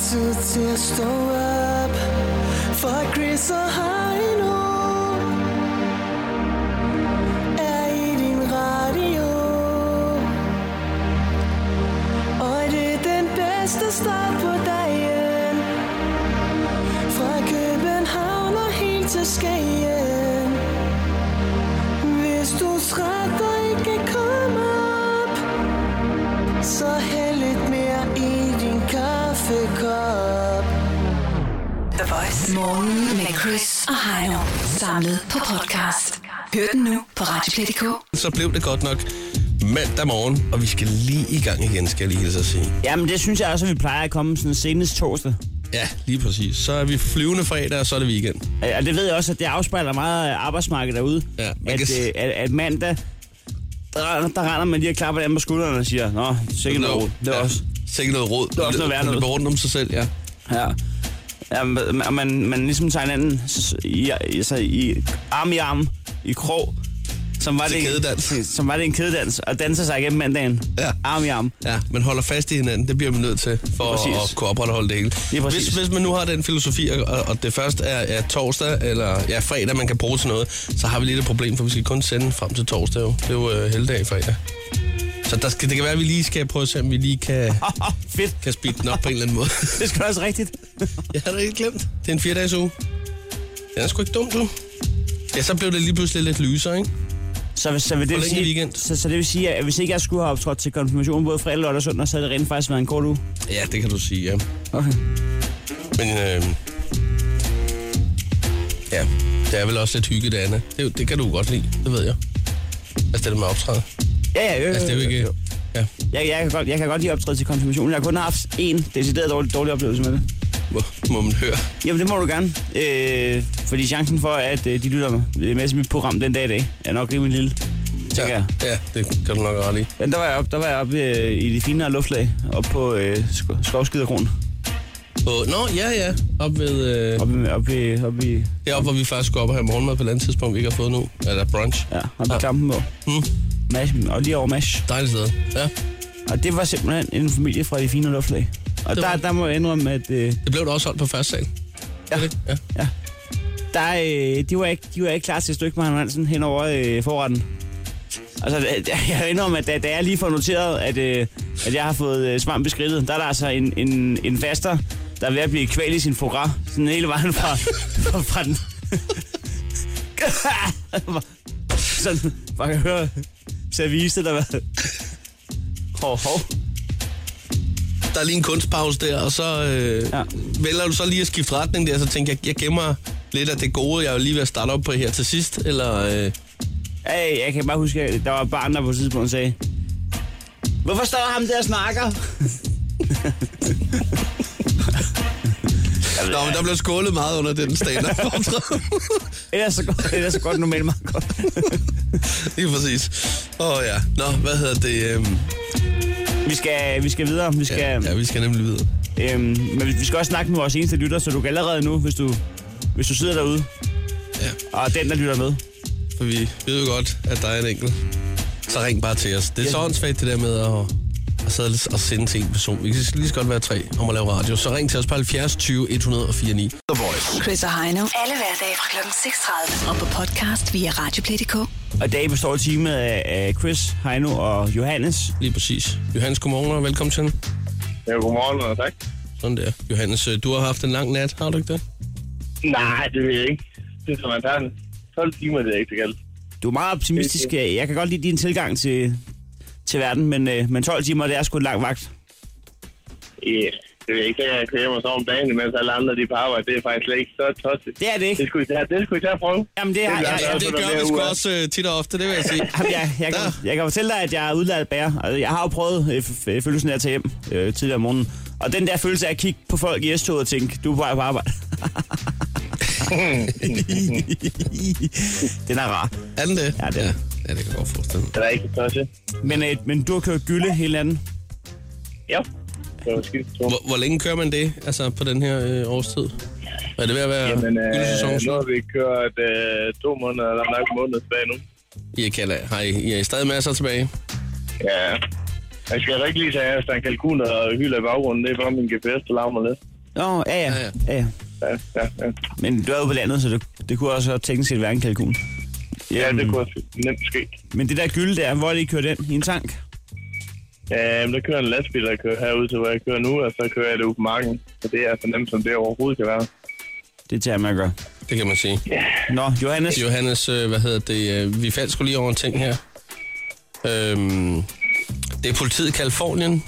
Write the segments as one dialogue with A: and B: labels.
A: 次次 står op For Chris og Heino Er i din radio Og det er den bedste start på dagen Fra København og helt til Skagen Hvis du er træt og ikke kan komme op Så hæld lidt mere i din kaffekop
B: The Voice. Morgen med Chris og Heino. Samlet på podcast. Hør den nu på Radioplay.dk.
C: så blev det godt nok mandag morgen, og vi skal lige i gang igen, skal jeg lige hilse at sige.
D: Jamen, det synes jeg også, at vi plejer at komme sådan senest torsdag.
C: Ja, lige præcis. Så er vi flyvende fredag, og så er det weekend.
D: Øh, Og det ved jeg også, at det afspejler meget af arbejdsmarkedet derude.
C: Ja, man
D: at,
C: kan s-
D: øh, at, at mandag, der, render- der render man lige og klapper dem på skuldrene og siger, Nå, sikkert noget. ro." Det er
C: ja.
D: også.
C: Sikke noget råd. Det
D: er også noget værd noget.
C: rundt om sig selv, ja.
D: Ja. ja man, og man, man ligesom tager hinanden s- i, altså, i arm i arm, i krog. Som var
C: Til
D: det,
C: kædedans.
D: Som var det en kædedans, og danser sig igennem mandagen.
C: Ja.
D: Arm i arm.
C: Ja, man holder fast i hinanden, det bliver man nødt til, for
D: Præcis.
C: at, at kunne opretholde det hele.
D: er præcis.
C: hvis, hvis man nu har den filosofi, og, og det først er, er torsdag, eller ja, fredag, man kan bruge til noget, så har vi lidt et problem, for vi skal kun sende frem til torsdag jo. Det er jo øh, helligdag i fredag. Så der skal, det kan være, at vi lige skal prøve at se, om vi lige kan,
D: Fedt.
C: kan speede den op på en eller anden måde.
D: Det er sgu da også rigtigt.
C: Jeg havde da helt glemt. Det er en fire-dages uge. Den er sgu ikke dum, du. Ja, så blev det lige pludselig lidt lysere, ikke?
D: Så, så, vil det
C: Forlænget
D: sige,
C: weekend.
D: Så, så det vil sige, at hvis ikke jeg skulle have optrådt til konfirmation både fredag, lørdag og søndag, så havde det rent faktisk været en kort uge.
C: Ja, det kan du sige, ja.
D: Okay.
C: Men øh, ja, det er vel også lidt hygge, det andet. Det, er jo- det kan du godt lide, det ved jeg. Altså det der med at optræde.
D: Ja, ja, øh,
C: Altså det er jo ikke... Ja.
D: jeg, jeg, kan godt, jeg kan godt lide optræde til konfirmationen. Jeg har kun haft én decideret dårlig, dårlig oplevelse med det.
C: Må, må man høre.
D: Jamen, det må du gerne. Øh, fordi chancen for, at øh, de lytter med, med til mit program den dag i dag, er nok rimelig lille. Tænker
C: Ja,
D: jeg.
C: ja, det kan du nok ret i.
D: Men der var jeg oppe op, der var jeg oppe, øh, i de finere luftlag, oppe på øh, sko- Skovskiderkron.
C: Og, nå, ja, ja. Op ved... Øh,
D: Oppe, oppe, oppe i,
C: deroppe, hvor vi faktisk går op og have morgenmad på et andet tidspunkt, vi ikke har fået nu. Eller brunch.
D: ja, oppe i kampen på.
C: Mm,
D: Mash, og lige over Mash.
C: dejligt sted. Ja,
D: Og det var simpelthen en familie fra de fine luftlag. Og
C: Det var-
D: der, der må jeg indrømme, at øh,
C: det blev da også holdt på første sal.
D: Ja.
C: Er det ikke? ja.
D: der, øh, de, var ikke, de var ikke klar til et stykke med Hanne Hansen hen over øh, forretten. Altså, da- jeg indrømmer, at da, da jeg lige får noteret, at, øh, at jeg har fået øh, svamp i skridtet, der er der altså en, en, en faster, der er ved at blive kval i sin fogra, sådan hele vejen fra, fra, fra den. sådan, man kan høre service, der var... Hov, hov.
C: der er lige en kunstpause der, og så øh, ja.
D: Ja.
C: vælger du så lige at skifte retning der, så tænker jeg, jeg gemmer lidt af det gode, jeg er jo lige ved at starte op på her til sidst, eller... Øh,
D: Hey, jeg kan bare huske, at der var et barn, der på et tidspunkt sagde, Hvorfor står ham der og snakker?
C: Nå, men der blev skålet meget under den stand
D: Ellers så godt, ellers så godt normalt meget godt.
C: Lige præcis. Åh oh, ja. Nå, hvad hedder det? Øhm,
D: Vi skal, vi skal videre. Vi skal,
C: ja, ja, vi skal nemlig videre.
D: Øhm, men vi vi skal også snakke med vores eneste lytter, så du kan allerede nu, hvis du, hvis du sidder derude,
C: Ja,
D: og den, der lytter med.
C: for vi ved jo godt, at der er en enkelt. Så ring bare til os. Det er så åndssvagt det der med at, at sidde og sende til en person. Vi kan lige så godt være tre om at lave radio. Så ring til os på 70 20 104 9.
B: Chris og Heino. Alle hverdage fra kl. 6.30. Og på podcast via Radioplay.dk.
D: Og i dag består teamet af, af Chris, Heino og Johannes.
C: Lige præcis. Johannes, godmorgen og velkommen til.
E: Ja, godmorgen og tak.
C: Sådan der. Johannes, øh, du har haft en lang nat, har du ikke det?
E: Nej, det vil jeg ikke. Det er som, man tager en 12 timer, det er ikke så galt.
D: Du er meget optimistisk. Jeg kan godt lide din tilgang til, til verden, men, øh, men 12 timer, det er sgu en lang vagt.
E: Ja, det vil jeg ikke. Jeg kører mig så om dagen, mens alle andre de er på arbejde. Det er faktisk slet ikke så tosset.
D: Det er det ikke.
E: Det skulle I tage, det skulle I tage at prøve.
D: Jamen, det, har,
E: Det er
D: jeg,
E: altså
D: jeg,
C: det
E: der
C: gør
E: mere
C: vi sgu
E: uger.
C: også øh, tit og ofte, det vil jeg sige.
D: Jamen, jeg, jeg, kan,
C: Der.
D: jeg kan fortælle dig, at jeg er udlært bærer. Og jeg har jo prøvet øh, f- øh, følelsen af at tage hjem øh, tidligere om morgenen. Og den der følelse af at kigge på folk i S-toget og tænke, du er på vej på arbejde. den er rar.
C: Er den det?
D: Ja, det er
C: ja.
D: den.
C: ja, det kan jeg godt forestille mig.
E: Det er ikke så tosset.
D: Men, øh, men du har kørt gylde hele anden.
E: Ja. Det var skidt. tungt.
C: Hvor, hvor længe kører man det, altså på den her øh, årstid? Er det ved at være
E: Jamen, øh,
C: gyldesæson?
E: nu
C: slut?
E: har vi kørt øh, to måneder, eller nok en måned tilbage nu.
C: I, kan, har I, I er stadig masser tilbage.
E: Ja. Jeg skal da ikke lige tage af, at der er en kalkun, der hylder i baggrunden. Det er bare min GPS, der larmer lidt.
D: Nå, ja ja.
C: Ja, ja.
D: ja, ja.
E: Ja, ja, ja.
D: Men du er jo på landet, så det, det kunne også teknisk set være en kalkun.
E: ja
D: Øhm,
E: det kunne også nemt ske.
D: Men det der gylde der, hvor er det, I kører den? I en tank?
E: Ja, men der kører en lastbil, der kører herud til, hvor jeg kører nu, og så kører jeg det ud på marken. Så det er så nemt, som det overhovedet kan være.
D: Det tager man at gøre.
C: Det kan man sige.
D: Nå, Johannes.
C: Johannes, øh, hvad hedder det? øh, Vi faldt skulle lige over en ting her. Øhm, det er politiet i Kalifornien,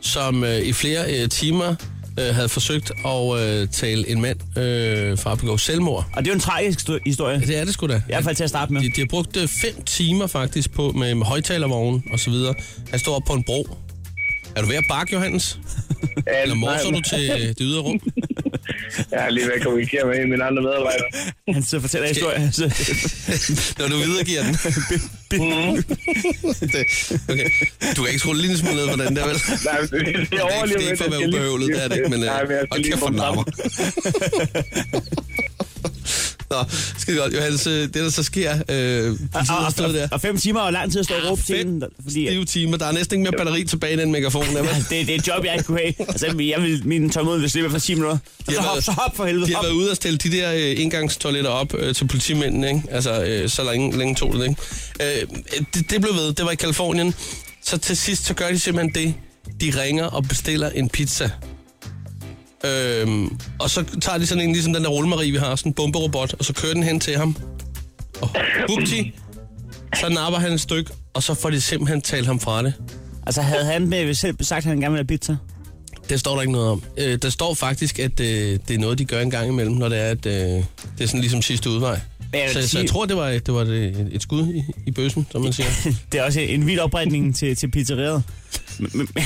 C: som øh, i flere øh, timer øh, havde forsøgt at øh, tale en mand øh, fra at begå selvmord.
D: Og det er jo en tragisk sto- historie.
C: Det er det sgu da.
D: I hvert fald til at starte med.
C: De, de har brugt øh, fem timer faktisk på med, med højtalervognen og så videre. Han står op på en bro. Er du ved at bakke, Johannes?
E: Ja,
C: Eller morser
E: nej,
C: du til øh, det ydre rum?
E: Jeg er lige ved at kommunikere med en af mine andre medarbejdere.
D: Han så fortæller historien. Så,
C: Når du videregiver den.
E: Mm-hmm.
C: Det- okay. Du kan ikke skrue lige en smule ned for den der, vel?
E: Nej, men det, det,
C: Det
E: er
C: er ikke,
E: overlevet.
C: det er ikke for at være ubehøvlet, det er det ikke, men øh,
E: Nej, men jeg skal
C: hold
E: lige
C: kæft
E: få
C: for den
E: den
C: larmer. Nå, skide godt. Johannes, øh, det der så sker,
E: Ah,
C: øh, de
D: og,
C: sidder og
D: og,
C: stod der.
D: og, og, fem timer og lang tid at stå og råbe til
C: Ah, Fedt,
D: hende. der- Fordi,
C: stive timer. Der er næsten ikke mere batteri tilbage i den megafon, der, vel?
D: Ja, det, det er et job, jeg ikke kunne have. Altså, jeg vil, min tålmodighed vil slippe for 10 minutter. Så,
C: har
D: så hop,
C: været-
D: så hop for helvede.
C: De har
D: Hop.
C: været ude og stille de der øh, indgangstoiletter op øh, til politimændene, ikke? Altså, øh, så længe, længe tog det, ikke? Øh, det, det blev ved. Det var i Kalifornien. Så til sidst, så gør de simpelthen det. De ringer og bestiller en pizza. Øhm, og så tager de sådan en, ligesom den der rullemarie, vi har, sådan en bomberobot, og så kører den hen til ham. Og bupti, så napper han et stykke, og så får de simpelthen talt ham fra det.
D: Altså, havde han med selv sagt, at han gerne ville have pizza?
C: Det står der ikke noget om. Øh, der står faktisk, at øh, det er noget, de gør en gang imellem, når det er, at øh, det er sådan ligesom sidste udvej.
D: Men jeg vil
C: Så, så jeg
D: sige-
C: tror, det var, det var et, et skud i, i bøssen, som man siger.
D: Det er også en vild opretning til, til pizzeriet. Men, men,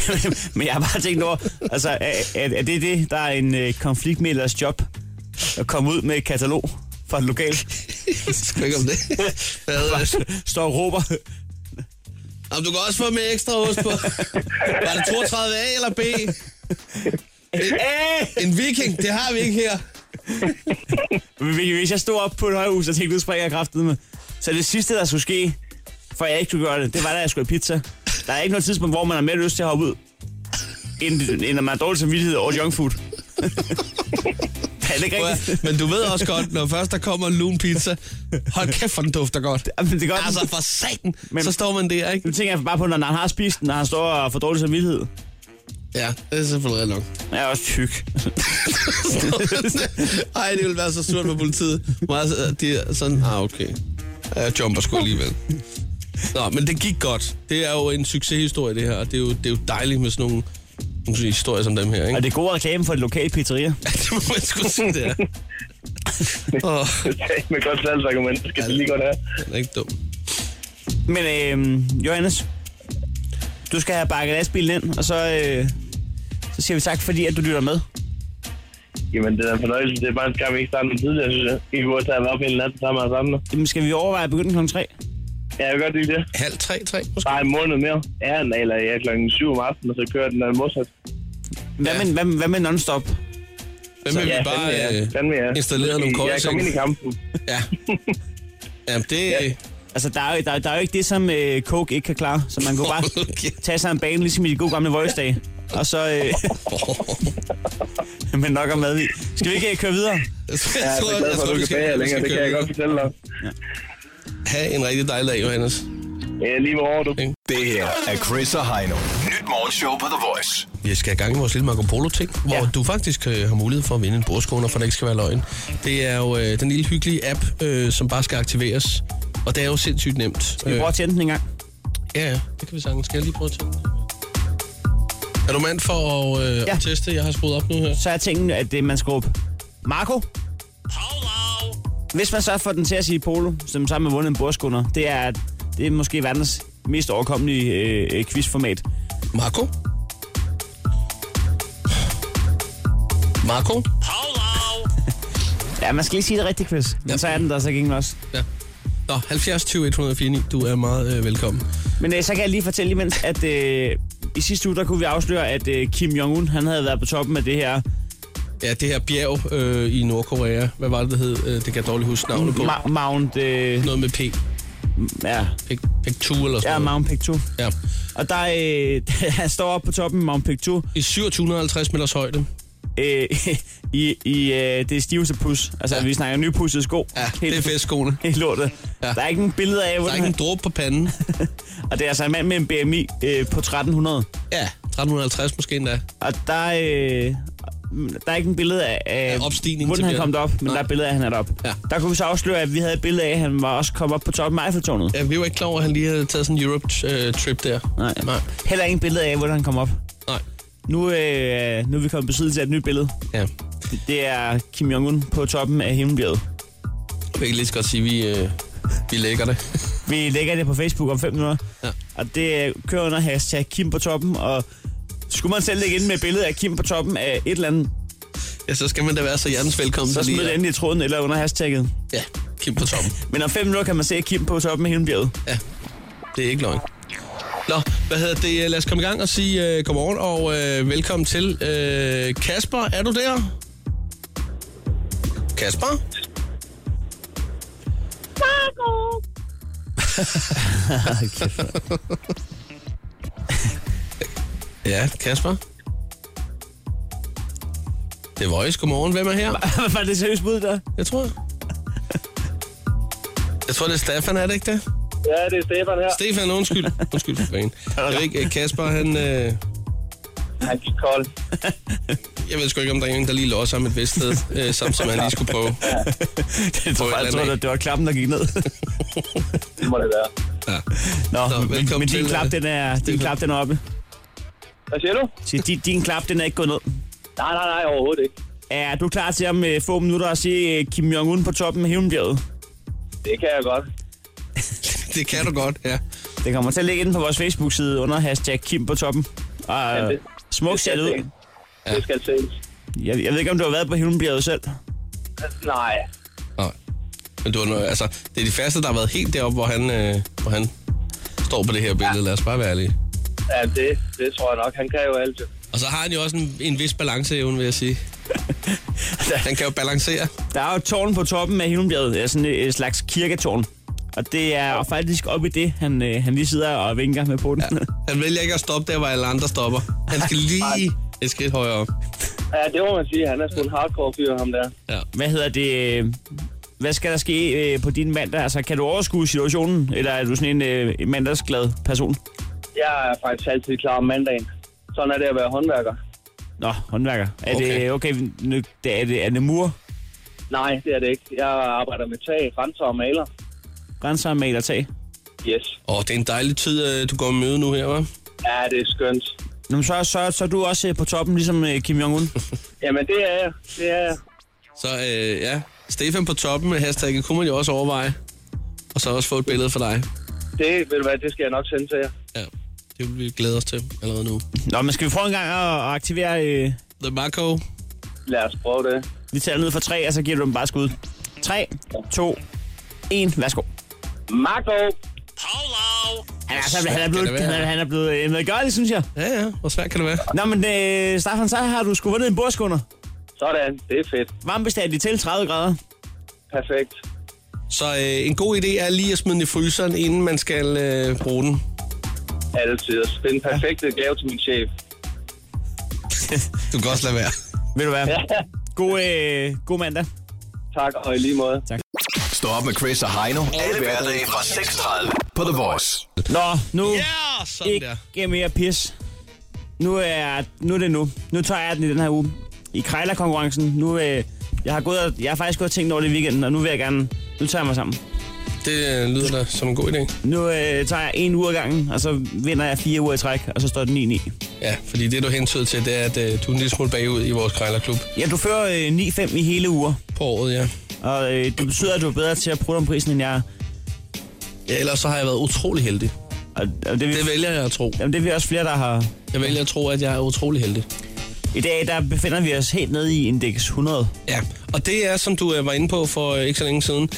D: men jeg har bare tænkt over, altså, er, er, er det det, der er en øh, konfliktmælders job? At komme ud med et katalog fra et lokal,
C: Skal ikke om det. Hvad hedder det?
D: står og råber,
C: Jamen, du kan også få med ekstra ost på. Var det 32A eller B?
D: Æh!
C: En viking, det har vi ikke her.
D: Hvis hvis jeg stod op på et højhus og tænkte, nu springer jeg kraftet med. Så det sidste, der skulle ske, for jeg ikke kunne gøre det, det var, da jeg skulle have pizza. Der er ikke noget tidspunkt, hvor man har mere lyst til at hoppe ud, end, end når man har dårlig samvittighed over junk food. er det ikke
C: Prøv at-
D: rigtigt?
C: Men du ved også godt, når først der kommer en lun pizza, hold kæft, for den dufter godt.
D: Jamen, det er godt.
C: Altså, for satan,
D: Men-
C: så står man der,
D: Nu
C: ikke?
D: tænker jeg bare på, når han har spist den, og han står og får dårlig samvittighed.
C: Ja, det er selvfølgelig rigtig nok.
D: Jeg er også tyk.
C: Ej, det ville være så surt for politiet. Meget, de er sådan, ah, okay. Jeg jumper sgu alligevel. Nå, men det gik godt. Det er jo en succeshistorie, det her. Og det er jo, det er jo dejligt med sådan nogle, nogle historier som dem her, ikke?
D: Og det er god reklame for et lokalt pizzeria.
C: Ja, det må man sgu sige, det er. Åh,
E: Det er ikke med godt salgsargument. Det skal det lige godt have.
C: den er ikke dum.
D: Men øh, Johannes, du skal have bakket lastbilen ind, og så, øh, så siger vi tak, fordi at du lytter med.
E: Jamen, det er en fornøjelse. Det er bare en skam, vi ikke startede noget tidligere, synes jeg. I kunne også have været op hele natten sammen og sammen.
D: Jamen, skal vi overveje at begynde kl. 3?
E: Ja, jeg kan godt lide det.
C: Halv tre, tre måske?
E: Bare en måned mere. Ja, nej, eller ja, klokken 7 om aftenen, og så kører den anden modsat.
D: Hvad,
C: Ja.
D: med, hvad, hvad med non-stop?
C: Hvem vil
E: Ja,
C: vi bare...
E: fandme, ja.
C: øh,
E: Fandme, ja.
C: installeret nogle
E: Jeg kom
C: koldseng.
E: ind i kampen.
C: Ja. Jamen, det... Ja.
D: Altså, der er, jo, der, er- der er jo ikke det, som øh, Coke ikke kan klare, så man kunne bare
C: Okay.
D: tage sig en bane, ligesom i de gode gamle voice dage. Og så... Øh, men nok om mad i. Skal vi ikke øh, køre videre?
C: Jeg tror,
E: Ja, jeg er så glad for, at du kan bage jer længere. Det kan jeg godt fortælle dig.
C: Ha' en rigtig dejlig dag, Johannes.
E: Ja, lige med over, du.
F: Det her er Chris og Heino. Nyt morgenshow på The Voice.
C: Vi skal i gang med vores lille Marco Polo-ting, hvor ja.
D: Ja.
C: du faktisk øh, har mulighed for at vinde en bordskåner, for det ikke skal være løgn. Det er jo øh, den lille hyggelige app, øh, som bare skal aktiveres. Og det er jo sindssygt nemt. Øh,
D: Vi prøver at tænde den en gang.
C: ja, ja, det kan vi sagtens. Skal jeg lige prøve at tænke? Er du mand for at, øh, ja.
D: Ja.
C: at teste? Jeg har skruet op nu her.
D: Så er tingen, at det, man skal råbe. Marco? Hvis man så får den til at sige polo, som sammen med vundet en bordskunder, det er, det er måske verdens mest overkommelige øh, øh, quizformat.
C: Marco? Marco?
D: Ja, man skal lige sige det rigtigt quiz, men
C: Ja.
D: så er den der så gik den også.
C: Ja. Nå, 70 20 149. Du er meget øh, velkommen.
D: Men øh, så kan jeg lige fortælle imens, at øh, i sidste uge, der kunne vi afsløre, at øh, Kim Jong-un, han havde været på toppen af det her
C: Ja, det her bjerg øh, i Nordkorea. Hvad var det, det hed? Øh, det kan jeg dårligt huske navnet på.
D: ma- Mount... Øh,
C: Noget med P.
D: ja,
C: Pek, Pektu eller sådan
D: ja,
C: noget.
D: Mount Pictou.
C: Ja.
D: Og der øh, han står oppe på toppen af Mount Pictou.
C: I 2750 meters højde.
D: øh, i, i øh, det stiveste pus. Altså,
C: Ja.
D: ja. vi snakker nypudsede sko.
C: Ja,
D: Helt-
C: det er festskoene.
D: Helt lortet.
C: Ja.
D: Ja. Der er ikke nogen billeder af,
C: Der
D: hvor
C: er
D: den er.
C: ikke en dråbe på panden.
D: Og det er altså en mand med en BMI øh, på 1300.
C: Ja, 1350 måske endda.
D: Og der, øh, der er ikke en billede af, af
C: Af opstigningen
D: hvordan
C: til
D: han kom
C: bjerget.
D: derop, men
C: Nej.
D: der er et billede af, at han er derop.
C: Ja.
D: Der kunne vi så afsløre, at vi havde et billede af, at han var også kommet op på toppen af Eiffeltårnet.
C: Ja, vi var ikke klar over, at han lige havde taget sådan en Europe-trip der.
D: Nej.
C: Nej.
D: Heller ingen billede af, hvordan han kom op.
C: Nej.
D: Nu, øh, nu er vi kommet i besiddelse af et nyt billede.
C: Ja.
D: Det er Kim Jong-un på toppen af himmelbjerget.
C: Jeg kan lige så godt sige, at vi, øh, vi lægger det.
D: Vi lægger det på Facebook om 5 minutter.
C: Ja.
D: Og det øh, kører under hashtag Kim på toppen. Og skulle man selv lægge ind med et billede af Kim på toppen af et eller andet,
C: Ja, så skal man da være så hjertens velkommen.
D: så
C: til
D: smid det endelig i tråden eller under hashtagget.
C: Ja, Kim på toppen.
D: Men om 5 minutter kan man se Kim på toppen af himmelbjerget.
C: Ja, det er ikke løgn. Nå, hvad hedder det? Lad os komme i gang og sige øh, godmorgen og øh, velkommen til. Øh, Kasper, er du der? Kasper? Ja, Kasper. Det er Voice. Godmorgen. Hvem er her?
D: Hvad var det seriøst bud der?
C: Jeg tror... Jeg tror, det er Stefan, er det ikke det?
E: Ja, det er Stefan her.
C: Stefan, undskyld. Undskyld for fanden. Jeg ved ikke, øh, Kasper, han... Øh,
E: Han gik kold.
C: jeg ved sgu ikke, om der er nogen, der lige låser ham et vist sted, øh, samt som han lige skulle prøve.
D: Jeg
C: På et
D: tror, jeg
C: eller
D: tror,
C: andet.
D: det var klappen, der gik ned.
E: Det må det være.
C: Ja.
D: Nå,
C: Nå,
D: Nå men,
C: velkommen
D: men
C: til,
D: din klap,
C: øh,
D: den er, din
C: velkommen.
D: klap, den er oppe.
E: Hvad siger du?
D: Så din, din klap, den er ikke gået ned.
E: Nej, nej, nej, overhovedet ikke.
D: Er du klar til om øh, få minutter at se øh, Kim Jong-un på toppen af himmelbjerget?
E: Det kan jeg godt.
C: Det kan du godt, ja.
D: Det kommer til at ligge inde på vores Facebook-side under hashtag Kim på toppen. Og
E: Ja,
D: øh,
E: det-
D: smukt ser det ud.
E: ses. Det skal ses.
D: Jeg, jeg ved ikke, om du har været på himmelbjerget selv.
E: Nej.
C: Nej. Men du, har noget- altså, det er de første, der har været helt deroppe, hvor han, øh, hvor han står på det her billede. Lad os bare være ærlige.
E: Ja, det, det tror jeg nok. Han kan jo alt. jo.
C: Og så har han jo også en, en vis balanceevne, vil jeg sige. Han kan jo balancere.
D: Der er jo et tårn på toppen af himmelbjerget. Ja, sådan et, et slags kirketårn. Og det er faktisk op i det, han, øh, han lige sidder og vinker med på den. Ja.
C: Han vælger ikke at stoppe der, hvor alle andre stopper. Han skal lige et skridt højere op.
E: Ja, det må man sige. Han er sgu en hardcore fyr, ham der.
C: Ja.
D: Hvad hedder det? øh, Hvad skal der ske øh, på din mandag? Altså, kan du overskue situationen? Eller er du sådan en øh, en mandagsglad person?
E: Jeg er faktisk altid klar om mandagen. Sådan er det at være håndværker.
D: Nå, håndværker. Er
C: Okay.
D: det okay? Nu, det, er det, er det mur,
E: Nej, det er det ikke. Jeg arbejder med tag, renser og maler.
D: renser, maler, tag?
E: Yes.
C: Åh, det er en dejlig tid, øh, du går og møde nu her, hva'?
E: Ja, det er skønt.
D: Nå, men så, så, så er du også øh, på toppen, ligesom øh, Kim Jong-un.
E: Jamen, det er jeg. Det er jeg.
C: Så øh, ja, Stefan på toppen med hashtagget kunne man jo også overveje. Og så også få et billede for dig.
E: Det, vil du hvad, det skal jeg nok sende til jer.
C: Ja, det vil vi glæde os til allerede nu.
D: Nå, men skal vi prøve en gang at, at aktivere... Øh,
C: The Marco.
E: Lad os prøve det.
D: vi tæller ned for tre, og så giver du dem bare skud. 3, 2, 1. Værsgo.
E: Marco!
D: Han er, altså, han er blevet, han er, han er blevet øh, medgørlig, synes jeg.
C: Ja, ja, hvor svært kan det være?
D: Nå, men øh, Staffan, så har du sgu vundet en bordskunder.
E: Sådan, det er fedt.
D: Varmebestandig til 30 grader.
E: Perfekt.
C: Så øh, en god idé er lige at smide den i fryseren, inden man skal øh, bruge den.
E: Altid. Det er den perfekte gave til min chef.
C: Du kan også lade være.
D: Ved du hvad? God, øh, god mandag.
E: Tak, og i lige måde.
F: Stå op med Chris og Heino. Alle hverdage fra 6.30 på The Voice.
D: Nå, nu
C: Ja, sådan der.
D: yeah! ikke mere pis. Nu er, nu er det nu. Nu tager jeg den i den her uge. I krejlerkonkurrencen. Nu, øh, jeg, har gået og, jeg har faktisk gået og tænkt over det i weekenden, og nu vil jeg gerne... Nu tager jeg mig sammen.
C: Det øh, lyder da som en god idé.
D: Nu øh, tager jeg en uge ad gangen, og så vinder jeg fire uger i træk, og så står det 9-9.
C: Ja, fordi det du hentyder til, det er, at øh, du er en lille smule bagud i vores krejlerklub
D: Ja, du fører øh, 9-5 i hele uger,
C: på året, ja.
D: og øh, det betyder, at du er bedre til at prutte om prisen, end jeg er.
C: ja. Ellers så har jeg været utrolig heldig.
D: Og, og det, er vi,
C: Det
D: det,
C: vælger jeg at tro.
D: jamen, det er vi også flere, der har...
C: Jeg vælger at tro, at jeg er utrolig heldig.
D: I dag, der befinder vi os helt nede i indeks 100.
C: Ja, og det er, som du øh, var inde på for øh, ikke så længe siden,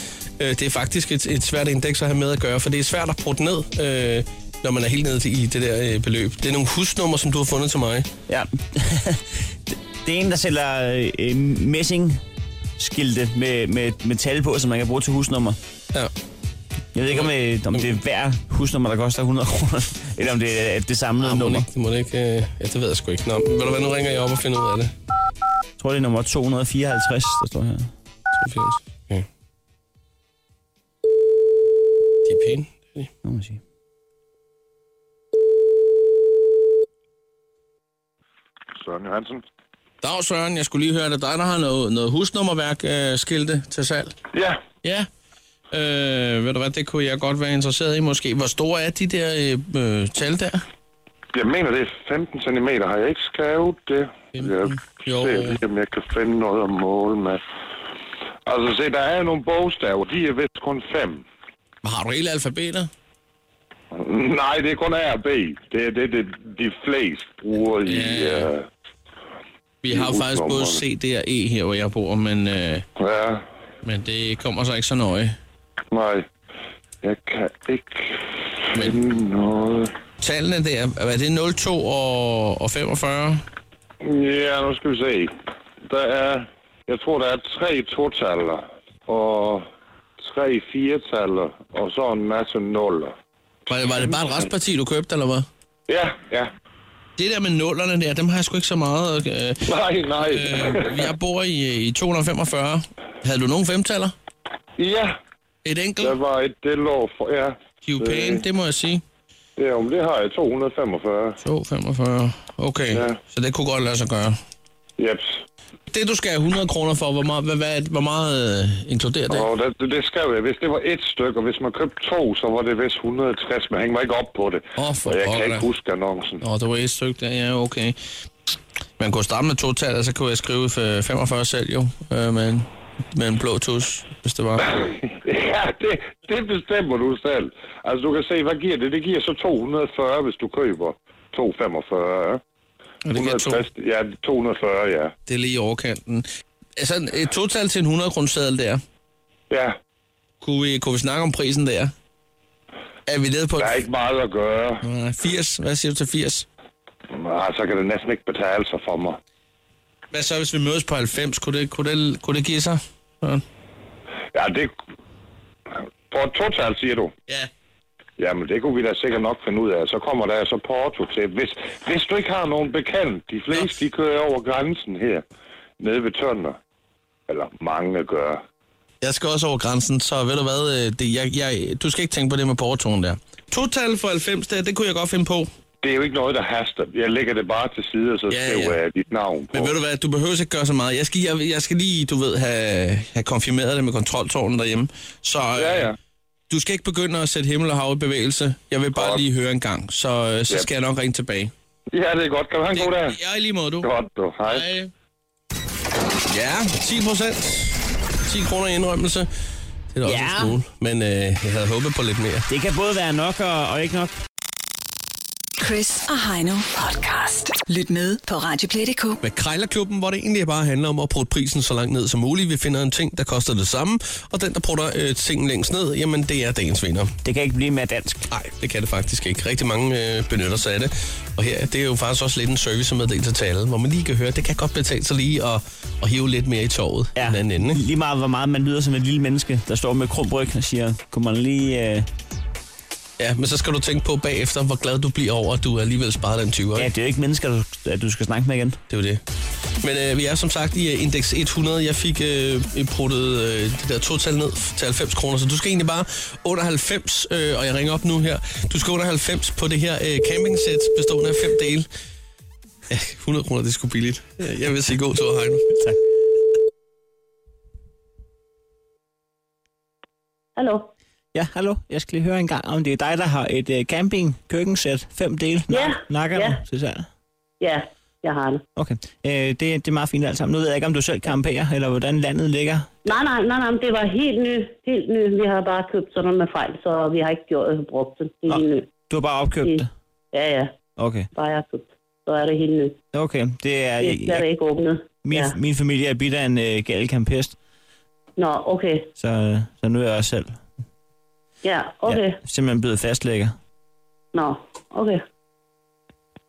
C: øh, det er faktisk et, et svært indeks at have med at gøre, for det er svært at bruge ned, øh, når man er helt nede i det der øh, beløb. Det er nogle husnummer, som du har fundet til mig.
D: Ja. Det- det er en, der sælger øh, øh, messingskilte med, med, med tal på, som man kan bruge til husnummer.
C: Ja.
D: Jeg ved ikke, om, øh, om det er hver husnummer, der koster 100 kroner, eller om det er det samlede
C: må det
D: nummer.
C: ikke, det må det ikke, øh, ja, det ved jeg sgu ikke. Nå, men ved du hvad, nu ringer jeg op og finder ud af det.
D: Jeg tror, det er nummer 254, der står her.
C: 84. Ja. De er pæne. det er de.
D: Nå, må jeg sige.
G: Søren Johansen.
C: Dag Søren, jeg skulle lige høre, at det er dig, der har noget, noget husnummerværk-skilte øh, skilte til salg.
G: Ja,
C: Ja. Øh, ved du hvad, det kunne jeg godt være interesseret i måske. Hvor store er de der øh, øh, tal der?
G: jeg mener, det er 15 cm. Har jeg ikke skrevet det?
C: 15?
G: Jeg
C: Jo.
G: ser lige, om jeg kan finde noget at måle med. Altså, se, der er nogle bogstaver. De er vist kun fem.
C: Har du hele alfabeter?
G: Nej, det er kun A og B. Det er det, det de fleste bruger i...
C: Ja.
G: Øh,
C: Vi har jo faktisk både
G: husnummerne.
C: C, D og E her, hvor jeg bor, men, øh,
G: ja,
C: men det kommer så ikke så nøje.
G: nej. Jeg kan ikke
C: Men-
G: finde noget...
C: Tallene der, er det 02 og, og 45?
G: Ja, nu skal vi se. Der er, jeg tror, der er tre totaller, og tre firetaller, og så en masse nuller.
C: Var, det- var det bare et restparti, du købte, eller hvad?
G: Ja, ja.
C: Det der med nullerne der, dem har jeg sgu ikke så meget. Øh,
G: Nej, nej.
C: øh, jeg bor i, øh, i 245. Havde du nogen femtaller?
G: ja,
C: Et enkelt?
G: der var et, det lå for, ja.
C: De er jo pæne, det må jeg sige.
G: Ja, om det har jeg 245.
C: 245. Okay,
G: Ja.
C: så det kunne godt lade sig gøre.
G: Yep.
C: Det, du skal have 100 kroner for, hvor meget, hvad, hvad, hvor meget øh, inkluderer det?
G: Og det, det skrev jeg, hvis det var et stykke, og hvis man købte to, så var det vist 160, men han var ikke op på det.
C: Åh, for
G: og jeg
C: pokker
G: kan
C: da.
G: ikke huske annoncen.
C: Nå, det var et stykke der, ja, okay. Man kunne starte med to tal, og så kunne jeg skrive øh, 45 selv, jo, øh, med, en, med en blå tus, hvis det var.
G: Ja, det, det bestemmer du selv. Altså, du kan se, hvad giver det? Det giver så 240, hvis du køber 245, ja.
C: Og det, giver to,
G: 160, ja, 240, ja.
C: det er lige i overkanten. Altså, et total til en 100 kroner der.
G: Ja,
C: Kunne vi, kunne vi snakke om prisen der? Er vi nede på
G: der er
C: et,
G: ikke meget at gøre.
C: øh, 80? Hvad siger du til 80?
G: Nej, så kan det næsten ikke betale sig for mig.
C: Hvad så, hvis vi mødes på 90? Kunne det, kunne det, kunne det give sig? Sådan.
G: Ja, det... På et total, siger du?
C: Ja.
G: Jamen, det kunne vi da sikkert nok finde ud af. Så kommer der så Porto til. Hvis, hvis du ikke har nogen bekendt, de fleste, de kører over grænsen her, nede ved Tønder. Eller mange gør.
C: Jeg skal også over grænsen, så ved du hvad, øh, det, jeg, jeg, du skal ikke tænke på det med borgertonen der. Total for 90, der, det kunne jeg godt finde på.
G: Det er jo ikke noget, der haster. Jeg lægger det bare til side, og så
C: Ja,
G: ja, skriver
C: ja.
G: jeg dit navn på.
C: Men ved du hvad, du behøver ikke gøre så meget. Jeg skal, jeg, jeg skal lige, du ved, have, have konfirmeret det med kontroltårnen derhjemme. Så øh,
G: Ja, ja.
C: du skal ikke begynde at sætte himmel og hav i bevægelse. Jeg vil bare
G: Godt.
C: lige høre en gang, så, øh, så
G: Ja.
C: skal jeg nok ringe tilbage.
G: Ja, det er godt. Kan du have en god dag?
C: Jeg er lige måde, du.
G: Godt, du. Hej.
C: Hej. Ja, 10 procent. 10 kroner i indrømmelse. Det er da også
D: Ja.
C: en smule. Men øh, jeg havde håbet på lidt mere.
D: Det kan både være nok og, og ikke nok.
B: Chris og Heino podcast. Lyt med på Radioplay.dk.
C: med Krejlerklubben, hvor det egentlig bare handler om at putte prisen så langt ned som muligt. Vi finder en ting, der koster det samme, og den, der putter øh, tingen længst ned, jamen det er dagens vinder.
D: Det kan ikke blive mere dansk.
C: Nej, det kan det faktisk ikke. Rigtig mange øh, benytter sig af det. Og her, det er jo faktisk også lidt en servicemeddelelse til alle, hvor man lige kan høre, det kan godt betale sig lige at, at hive lidt mere i toget ja. den anden ende. ikke?
D: Lige meget, hvor meget man lyder som et lille menneske, der står med krum ryg og siger, kunne man lige... Øh...
C: Ja, men så skal du tænke på bagefter, hvor glad du bliver over, at du alligevel sparer den 20'er.
D: Ja,
C: Ja.
D: det er jo ikke mennesker, du, at du skal snakke med igen.
C: Det er jo det. Men øh, vi er som sagt i øh, indeks 100. Jeg fik øh, pruttet øh, det der total ned til 90 kroner, så du skal egentlig bare under 90, øh, og jeg ringer op nu her. Du skal under 90 på det her øh, campingsæt bestående af fem dele. Ja, 100 kroner, det er sgu billigt. Øh, Jeg vil sige god tur, Heino.
D: Tak.
H: Hallo.
D: Ja, hallo. Jeg skal lige høre en gang, om det er dig, der har et øh, camping køkkensæt, fem dele,
H: Ja,
D: nakker
H: ja.
D: til salg.
H: Ja, jeg har det.
D: Okay, øh, det, det er meget fint alt sammen. Nu ved jeg ikke, om du selv camperer, eller hvordan landet ligger.
H: Nej, nej, nej, nej, men det var helt ny. Helt ny. Vi har bare købt sådan noget med fejl, så vi har ikke gjort, øh, brugt det. Det er
D: Nå.
H: helt ny.
D: Du har bare
H: Mm.
D: opkøbt det?
H: Ja, ja,
D: Okay,
H: bare jeg har købt. Så er det helt ny.
D: okay. Det er,
H: Det
D: jeg,
H: er slet
D: jeg,
H: ikke åbnet.
D: min,
H: Ja.
D: min familie er bidt af en øh, gal campest,
H: Nå, okay.
D: så, så nu er jeg også selv
H: Ja, okay.
D: ja, simpelthen blevet fastlægger.
H: Nå, okay.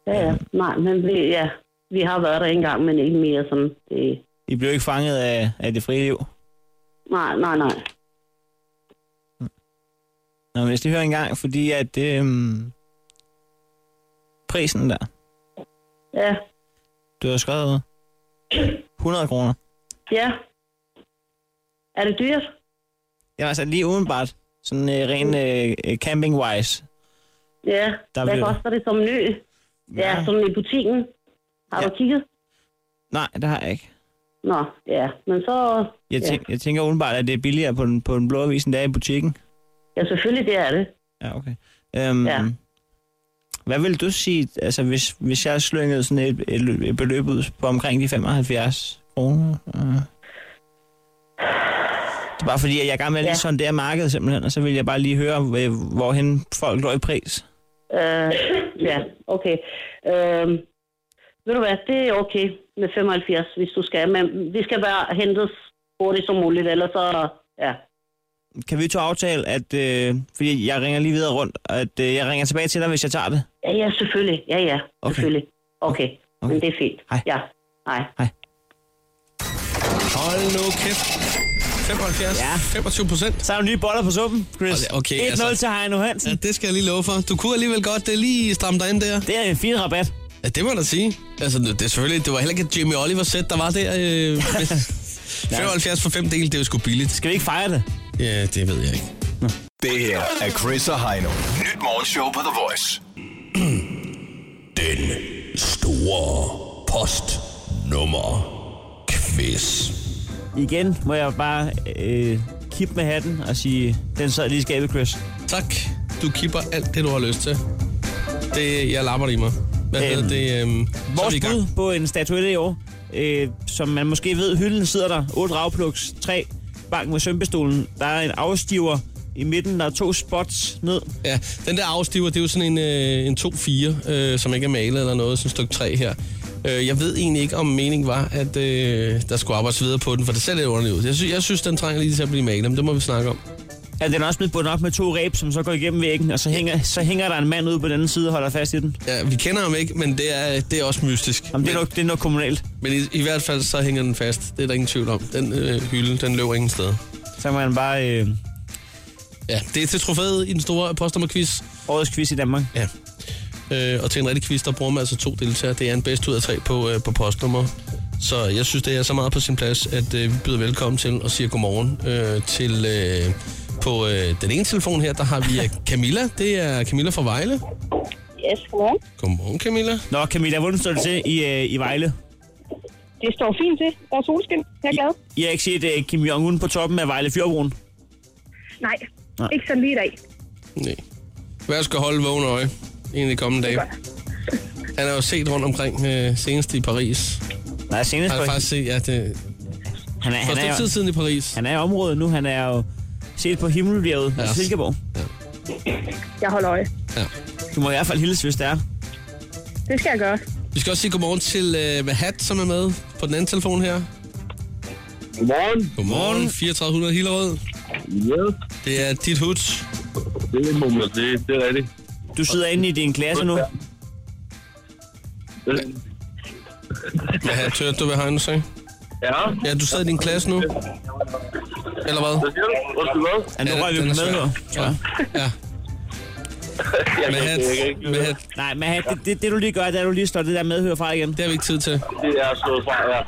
H: Ja, ja. Nej, men vi, ja. Vi har været der engang, men ikke mere sådan. Det...
D: I blev ikke fanget af, af det frie liv?
H: Nej, nej, nej.
D: Nå, men jeg skal lige høre en gang, fordi at øhm, prisen der,
H: Ja,
D: du har skrevet 100 kroner.
H: Ja. Er det dyrt?
D: Jamen altså lige udenbart, sådan øh, ren øh, øh, camping-wise.
H: Ja.
D: Der
H: Der Hvad
D: bliver-
H: koster det som ny? Ja,
D: Ja.
H: ja som i butikken. Har
D: Ja.
H: ja. du kigget?
D: Nej, det har jeg ikke.
H: Nå, ja. Men så...
D: Jeg,
H: ja.
D: tænk, jeg tænker udenbart, at det er billigere på den, på den blå avis, end det er i butikken.
H: ja, selvfølgelig det er det.
D: Ja, okay. Øhm,
H: Ja.
D: Hvad vil du sige, altså hvis, hvis jeg slyngede sådan et, et, et beløb ud på omkring de 75 kroner? Øh. Det er bare fordi, at jeg er i gang med at lige
H: Ja.
D: sondere markedet simpelthen, og så vil jeg bare lige høre, øh, hvorhen folk lå i pris.
H: Øh, ja, okay. Øh, ved du hvad, det er okay med 75, hvis du skal. Men vi skal være hentet hurtigt som muligt, ellers så... Ja,
D: Kan vi to aftale, at, øh, fordi jeg ringer lige videre rundt, at øh, jeg ringer tilbage til dig, hvis jeg tager det?
H: ja, ja selvfølgelig. Ja, ja,
D: Okay.
H: selvfølgelig. Okay. okay, men det er fint.
D: Hej.
H: Ja, hej.
C: Hold nu kæft. 75?
D: Ja.
C: 25 procent?
D: Så er der nye boller på suppen, Chris.
C: Okay, okay,
D: 1-0
C: altså.
D: til Heino Hansen.
C: Ja, det skal jeg lige love for. Du kunne alligevel godt det lige stramme dig ind der.
D: Det er en fin rabat.
C: Ja, det må jeg da sige. Altså, det, det, er selvfølgelig, det var heller ikke et Jamie Oliver sæt, der var der. Øh, 75 for 5 del, det er jo sgu billigt.
D: Skal vi ikke fejre det?
C: Ja, det ved jeg ikke.
I: Det her er Chris og Heino. Nyt morgenshow på The Voice.
C: Den store postnummer quiz.
D: Igen må jeg bare øh, kippe med hatten og sige, den sad lige i skabet, Chris.
C: Tak. Du kipper alt det, du har lyst til. Det, jeg lapper det i mig. Hvad
D: Øhm,
C: hedder det? Øhm, så er vi i
D: Vores
C: gang.
D: bud på en statuette i år, øh, som man måske ved, hylden sidder der. Otte ragpluks, tre bank med sømpestolen. Der er en afstiver i midten, der er to spots ned.
C: Ja, den der afstiver, det er jo sådan en, øh, en 2-4, øh, som ikke er malet eller noget, sådan et stykke 3 her. Øh, jeg ved egentlig ikke, om meningen var, at øh, der skulle arbejdes videre på den, for det ser lidt underligt ud. Jeg, sy- jeg synes, den trænger lige til at blive malet, men det må vi snakke om.
D: Er den er også blevet bundet op med to ræb, som så går igennem væggen, og så hænger, så hænger der en mand ude på den anden side og holder fast i den.
C: Ja, vi kender ham ikke, men det er, det er også mystisk.
D: Jamen, det, er
C: men
D: nok, det er nok kommunalt.
C: men i, i hvert fald, så hænger den fast. Det er der ingen tvivl om. Den øh, hylde, den løber ingen steder.
D: Så må man bare øh,
C: Ja, det er til trofæet i den store postnummerquiz.
D: årets quiz i Danmark.
C: Ja. Øh, og til en rigtig quiz, der bruger man altså to deltagere. Det er en bedst ud af tre på, øh, på postnummer. Så jeg synes, det er så meget på sin plads, at øh, vi byder velkommen til og siger godmorgen øh, til... Øh, på øh, den ene telefon her, der har vi øh, Camilla. Det er Camilla fra Vejle.
J: Yes, godmorgen.
C: Godmorgen, Camilla.
D: Nå, Camilla, hvordan står det til i, øh, i Vejle?
J: Det står fint til. Der er solskin. Jeg er glad.
D: I har ikke set øh, Kim Jong-un på toppen af Vejle Fjordbroen?
J: Nej,
D: Nej.
J: ikke sådan lige i dag.
C: Nej. Hvad skal holde vågen øje en af de kommende dage? Han er jo set rundt omkring øh, senest i Paris.
D: Nej, senest
C: Har
D: på...
C: jeg faktisk set, ja, det,
D: Han er,
C: for
D: han,
C: et
D: er,
C: stykke tid
D: jo-
C: siden i Paris.
D: han er i området nu. Han er jo set på himmelbjerget
C: Ja.
D: i Silkeborg.
J: Jeg holder øje.
C: Ja.
D: Du må i hvert fald hilse, hvis det er.
J: Det skal jeg gøre.
C: Vi skal også sige godmorgen til øh, Mahat, som er med på den anden telefon her.
E: Godmorgen.
C: Godmorgen, 3400 Hillerød.
E: Ja,
C: Det er dit hut.
E: det må man sige. Det er rigtigt.
D: Du sidder inde i din klasse nu.
C: Mahat, hørte du, hvad Heino sagde?
E: Ja,
C: Ja, du sidder i din klasse nu. Eller hvad?
E: hvad siger du? Undskyld hvad?
D: Ja, nu
C: Ja,
D: røg vi
C: den er
D: med
C: svær,
D: her.
C: tror
D: Ja.
C: jeg. Ja,
E: Jeg kan
C: Mahat,
E: ikke- jeg kan ikke høre.
C: Mahat,
D: Nej, men ha- det, det, det, du lige gør, det er, at du lige slår det der medhør fra igen.
C: det har vi ikke tid til.
E: Det er slået fra, ja.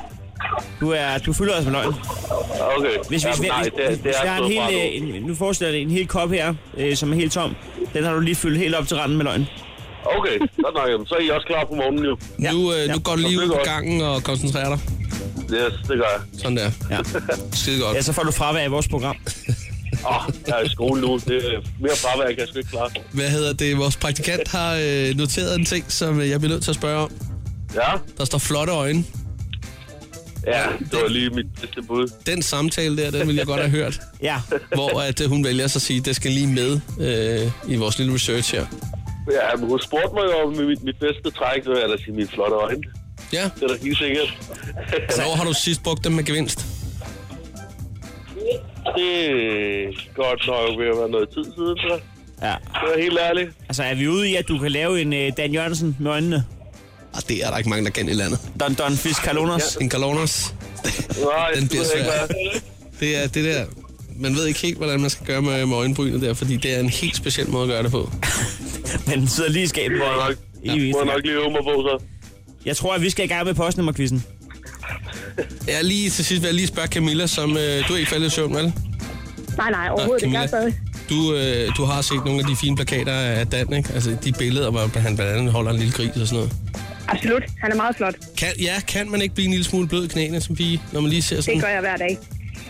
D: Du, er, du fylder os med løgn.
E: Okay.
D: Hvis, hvis,
E: Jamen,
D: hvis,
E: nej,
D: hvis,
E: det,
D: hvis,
E: det
D: hvis
E: er
D: jeg har en
E: slået fra
D: hel,
E: nu.
D: øh, en, nu forestiller jeg dig en hel kop her, øh, som er helt tom. Den har du lige fyldt helt op til randen med løgn.
E: Okay, godt nok. jamen, Så er I også klar på morgenen jo.
D: Ja.
C: Nu, øh, nu
D: Ja.
C: går du lige ud på
E: Godt.
C: gangen og koncentrerer dig.
E: Yes, det gør jeg.
C: Sådan der.
D: Ja.
C: Skide godt.
D: ja, så får du fravær i vores program.
E: Åh, jeg er i skole nu. Det er mere fravær, kan jeg sgu ikke klare.
C: Hvad hedder det? Vores praktikant har øh, noteret en ting, som øh, jeg bliver nødt til at spørge om.
E: Ja,
C: Der står flotte øjne.
E: ja, det var lige mit bedste bud.
C: Den samtale der, den ville jeg godt have hørt.
D: Ja,
C: Hvor at, øh, hun vælger så at sige, det skal lige med øh, i vores lille research her.
E: Ja, men hun spurgte mig jo om mit, mit bedste træk, og jeg da sige mine flotte øjne.
C: Ja,
E: Det er da helt sikkert.
C: hvornår Altså, har du sidst brugt dem med gevinst?
E: det er godt nok ved at være noget tid siden, så.
D: ja.
E: Det er helt ærligt.
D: Altså, er vi ude i, at du kan lave en øh, Dan Jørgensen med øjnene?
C: Ah, det er der ikke mange, der kan i landet.
D: Don Don Fisk Carlonas?
C: En galonas,
E: Nej,
C: Den bliver
E: det ved jeg
C: svær.
E: ikke, hvad-
C: det er det der... Man ved ikke helt, hvordan man skal gøre med, med øjenbrynet der, fordi det er en helt speciel måde at gøre det på.
D: Men den sidder lige i skabet.
E: Må jeg nok,
D: I-
E: må jeg nok lige øve mig på, så.
D: Jeg tror, at vi skal i gang med postnummerquizzen.
C: Jeg er lige til sidst vil jeg lige spørge Camilla, som øh, du er ikke faldet i søvn, vel?
J: Nej, nej, overhovedet ikke.
C: Camilla.
J: Jeg er stadig.
C: Du, øh, du har set nogle af de fine plakater af Dan, ikke? Altså de billeder, hvor han blandt andet holder en lille gris og sådan noget.
J: Absolut. Han er meget flot.
C: Kan, ja, kan man ikke blive en lille smule blød i knæene som pige, når man lige ser sådan?
J: Det gør jeg hver dag.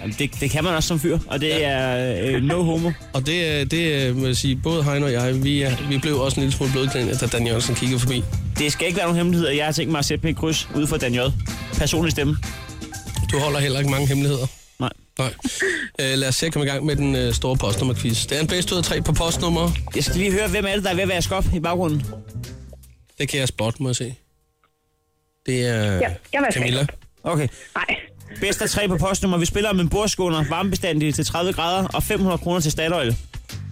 D: Jamen, det, det kan man også som fyr, og det er øh, no homo.
C: Og det, øh, det øh, må jeg sige, både Heino og jeg, vi, er, vi blev også en lille smule bløde i knæene, da Dan Jørgensen kiggede forbi.
D: Det skal ikke være nogen hemmelighed, at jeg har tænkt mig at sætte mit kryds ude for Dan J. Personlig stemme.
C: Du holder heller ikke mange hemmeligheder.
D: Nej.
C: Nej. Øh, lad os se at komme i gang med den øh, store postnummerquiz. Det er en bedst ud af tre på postnummer.
D: Jeg skal lige høre, hvem er det, der er ved at være skop i baggrunden?
C: Det kan jeg spotte, må jeg se. Det er
J: Ja, jeg var
C: Camilla.
D: Okay.
J: Nej.
D: Bedst af tre på postnummer. Vi spiller om en bordskåner, varmebestandig til 30 grader og 500 kroner til Statoil.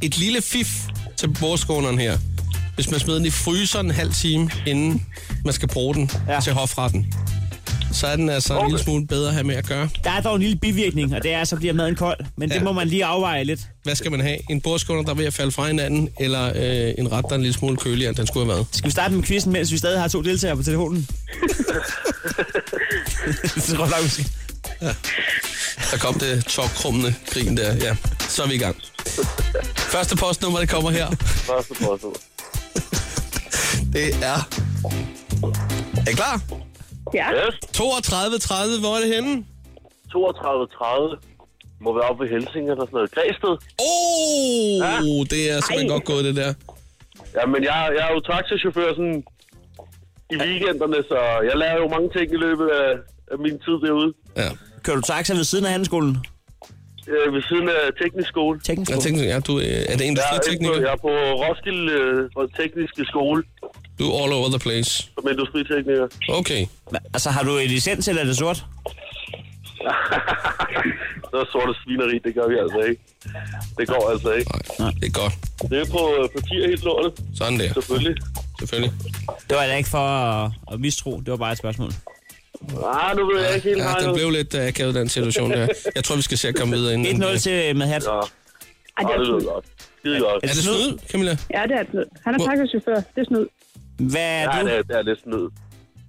C: Et lille fif til bordskåneren her. Hvis man smider den i fryseren en halv time, inden man skal bruge den ja.
D: Ja.
C: til hofretten, så er den altså okay. en lille smule bedre at have med at gøre.
D: Der er dog en lille bivirkning, og det er, at så bliver maden kold. Men det
C: Ja.
D: ja. må man lige afveje lidt.
C: Hvad skal man have? En bordskåner, der er ved at falde fra hinanden, eller øh, en ret, der er en lille smule køligere, end den skulle have været?
D: Skal vi starte med quizzen, mens vi stadig har to deltagere på telefonen? det tror jeg nok, vi skal.
C: Der kom det tårkrummende grin der, ja. Så er vi i gang. Første postnummer, det kommer her.
E: Første påstå.
C: Det er... Er I klar?
J: Ja.
E: Yes,
C: 32.30, hvor er det henne?
E: 32-30 må være oppe i Helsing eller sådan noget. Græsted.
C: Åh, oh, det er simpelthen
J: Ej.
C: godt gået, det der.
E: Ja, men jeg, jeg er jo taxichauffør sådan i weekenderne, så jeg lærer jo mange ting i løbet af, af min tid derude.
C: Ja.
D: Kører du taxa ved siden af handelsskolen?
E: Øh, ved siden af teknisk skole.
D: Teknisk
C: Jeg
D: skole.
C: tænkte, ja, du, øh, er det
E: Jeg er,
C: industritekniker?
E: jeg er på Roskilde øh, Tekniske Skole
C: Du er all over the place.
E: som industritekniker.
C: Okay.
D: Hva- Altså, har du en licens, eller er det sort?
E: Så er sorte svineri, det gør vi altså ikke. Det går altså ikke.
C: Nej, det er godt.
E: Det er på øh, papir helt lortet,
C: Sådan der,
E: selvfølgelig.
C: selvfølgelig.
D: Det var da ikke for at, at mistro. Det var bare et spørgsmål.
E: Ah, nu ved jeg ikke helt,
C: Ja, den
E: Heino.
C: blev lidt uh, akavet, den situation der. Jeg tror, vi skal se at komme videre inden.
D: 1-0 til med hat.
E: Ja.
J: Ej, det
E: Ah,
J: er
E: det lyder
J: snyd.
E: godt. Skide godt.
C: Er det snyd, Camilla?
J: Ja, det er snyd. Han er
C: Hvor-
J: taxichauffør. Det er snyd.
D: Hvad er
E: Ja,
D: du?
E: det er, det er lidt snyd.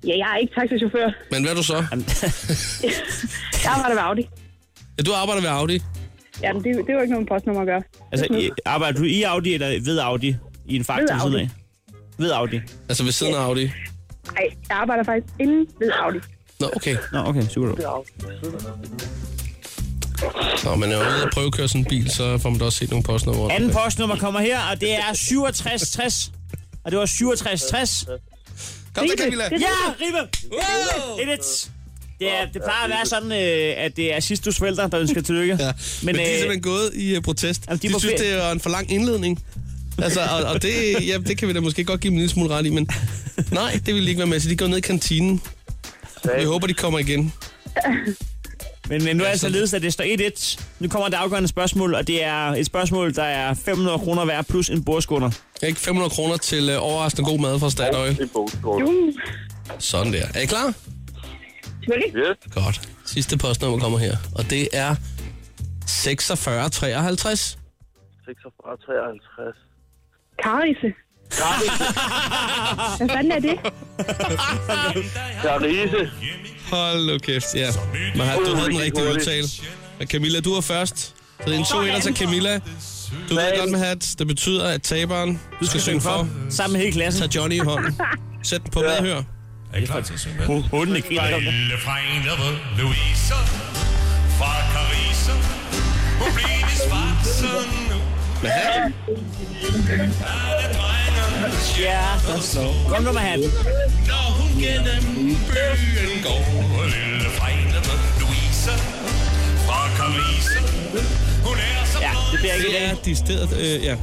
J: Ja, jeg er ikke taxichauffør.
C: Men hvad er du så?
J: Jeg arbejder ved Audi.
C: Ja, du arbejder ved Audi.
J: Ja, men det, det er jo ikke noget med postnummer at gøre.
D: Altså, i- arbejder du i Audi eller ved Audi? I en faktor
J: Ved
D: ved siden
J: Audi.
D: af? Ved Audi.
C: Altså ved siden af Audi.
J: Nej, jeg arbejder faktisk inde ved Audi.
C: Nå, okay.
D: Nå, okay, super.
C: Nå, men når man er ude og prøve at køre sådan en bil, så får man da også set nogle postnummer.
D: Anden postnummer kommer her, og det er 6760. Og det var 6760.
C: Kom så, Camilla.
D: Ja, Ribe! Det er det. Det, er, det plejer at være sådan, øh, at det er sidst du forældre, der ønsker tillykke.
C: Ja. Men, men de er
D: øh,
C: simpelthen gået i uh, protest.
D: Jamen,
C: de
D: de
C: de
D: må
C: synes,
D: fe-
C: det er en for lang indledning. Altså, og, og det, ja, det kan vi da måske godt give dem en lille smule ret i, men nej, det vil de ikke være med til. De går ned i kantinen. Vi håber, de kommer igen.
D: Men, men nu er det
C: så-
D: således, at det står 1-1. Nu kommer det afgørende spørgsmål, og det er et spørgsmål, der er 500 kroner hver plus en bordskunder.
C: Ikke 500 kroner til uh, overraskende god mad fra Statoil.
E: Det er bogskole.
J: Uh,
C: Sådan der. Er I klar?
J: Selvfølgelig.
E: Yes.
C: Godt. Sidste postnummer kommer her, og det er 4653.
E: 46, 53.
J: Karise. Hvad fanden er det?
E: Carise.
C: Hold nu kæft, ja. Man har, du havde den rigtige udtale. Men Camilla, du er først. Så det er en 2 1 til Camilla. Du ved godt med hat. Det betyder, at taberen, du skal synge for,
D: Sammen med hele klassen.
C: tager Johnny i hånden. Sæt den på medhør.
K: Er I klar til at synge med?
D: Hundene griner.
K: Lille fra Enerved, Louise, fra Carise, hun blev det svarte nu.
C: Med hat.
K: Alle drenge,
D: Ja, kom nu med hatten.
K: når hun gennem byen går. Lille fra Enerved, Louise, fra Carise, hun er så
D: Ja, det bliver ikke i
C: Det
D: dag.
C: er distilleret, øh, ja.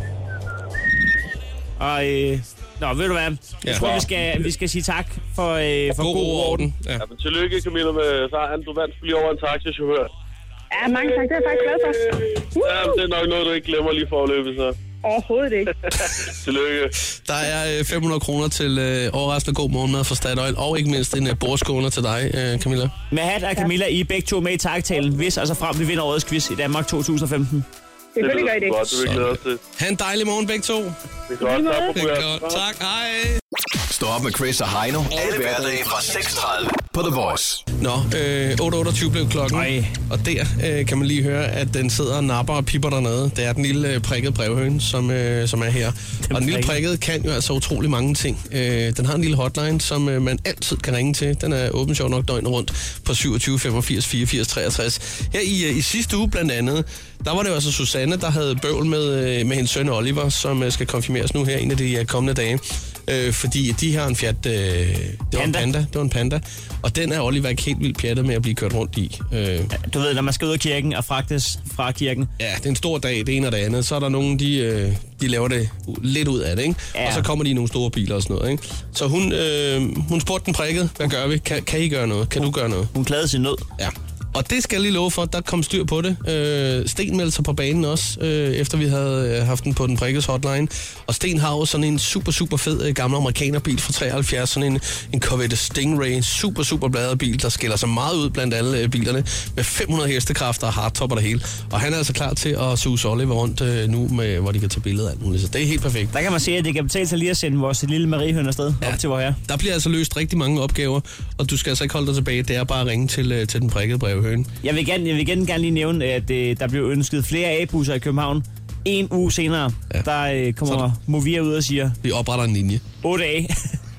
D: Og, øh, nå, ved du hvad?
C: Ja.
D: Jeg tror, vi skal, vi skal sige tak for, øh, for
C: God
D: god,
C: ro og
D: orden.
C: orden. Ja.
E: Ja, men tillykke, Camilla, med sejren. Du vandt lige over en taxichauffør.
J: Ja, mange tak. Det er jeg faktisk glad for.
E: Ja, men det er nok noget, du ikke glemmer lige for at løbe, så.
J: Overhovedet ikke.
E: Tillykke.
C: Der er øh, 500 kroner til øh, overraskende god morgenmad fra Statoil, og ikke mindst en øh, bordskåner til dig, øh, Camilla.
D: Med hat og Camilla, I er begge to med i taktalen, hvis altså frem vi vinder årets quiz i Danmark 2015.
J: Selvfølgelig gør I det.
E: godt, det vil vi glæde os til.
C: Ha' en dejlig morgen begge to.
E: Det er godt. Tak for
C: Det er godt.
E: programmet.
C: Tak, hej.
L: Stå
F: op med Chris og Heino. Alle hverdage fra 6.30 på The Voice.
C: Nå, øh, 8.28 blev klokken. Ej. Og der øh, kan man lige høre, at den sidder og napper og pipper dernede. Det er den lille øh, prikkede brevhøne, som, øh, som er her. Den og den lille prikkede kan jo altså utrolig mange ting. Øh, den har en lille hotline, som øh, man altid kan ringe til. Den er åben sjov nok døgnet rundt på 27 85 84 63. Her i, øh, i sidste uge blandt andet, der var det jo altså Susanne, der havde bøvl med, øh, med hendes søn Oliver, som øh, skal konfirmeres nu her en af de øh, kommende dage. Øh, fordi de har en Fiat... Øh, det var en
M: Panda.
C: panda. Det var en panda. Og den er Oliver ikke helt vildt pjattet med at blive kørt rundt i. Øh, ja,
M: Du ved, når man skal ud af kirken og fragtes fra kirken.
C: det er en stor dag, det ene og det andet. Så er der nogen, de, øh, de laver det u- lidt ud af det, ikke?
M: Ja.
C: Og så kommer de i nogle store biler og sådan noget, ikke? Så hun, øh, hun spurgte den prikket, hvad gør vi? Kan, kan I gøre noget? Kan du gøre noget?
M: Hun klagede sin nød.
C: Ja. Og det skal jeg lige love for, der kom styr på det. Øh, Sten meldte sig på banen også, øh, efter vi havde øh, haft den på den prikkes hotline. Og Sten har jo sådan en super, super fed øh, gammel amerikanerbil fra 73, sådan en, en Corvette Stingray, super, super bladret bil, der skiller sig meget ud blandt alle øh, bilerne, med 500 hestekræfter og hardtop og det hele. Og han er altså klar til at suge Oliver rundt øh, nu, med, hvor de kan tage billeder af alt muligt. Så det er helt perfekt.
M: Der kan man se, at det kan betale sig lige at sende vores lille Mariehøn afsted ja. op til vores herre.
C: Der bliver altså løst rigtig mange opgaver, og du skal altså ikke holde dig tilbage. Det er bare at ringe til, øh, til den prikkede brevhøne.
M: Jeg vil gerne, jeg vil gerne, gerne lige nævne, at øh, der blev ønsket flere A-busser i København. En uge senere, ja. der øh, kommer
C: Sådan.
M: Movia ud og siger,
C: Vi opretter en linje.
M: 8 A.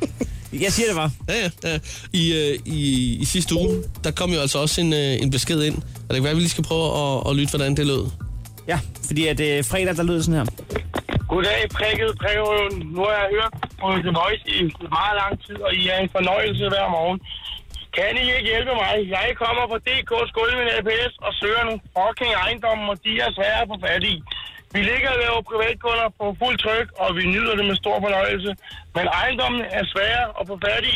M: jeg siger det bare.
C: Ja, ja, ja. I, øh, i, I sidste uge, der kom jo altså også en, øh, en besked ind. Og det kan være, at vi lige skal prøve at, at lytte, hvordan det lød.
M: Ja, fordi at øh, fredag, der lød det sådan her.
N: Goddag, prikket prikkerøven. Nu har jeg hørt på The Voice i meget lang tid, og I er en fornøjelse hver morgen. Kan I ikke hjælpe mig? Jeg kommer på DK's Gulven APS og søger nogle fucking ejendomme, og de er svære at få fat i. Vi ligger og laver privatkunder på fuld tryk, og vi nyder det med stor fornøjelse. Men ejendommen er svære at få fat i.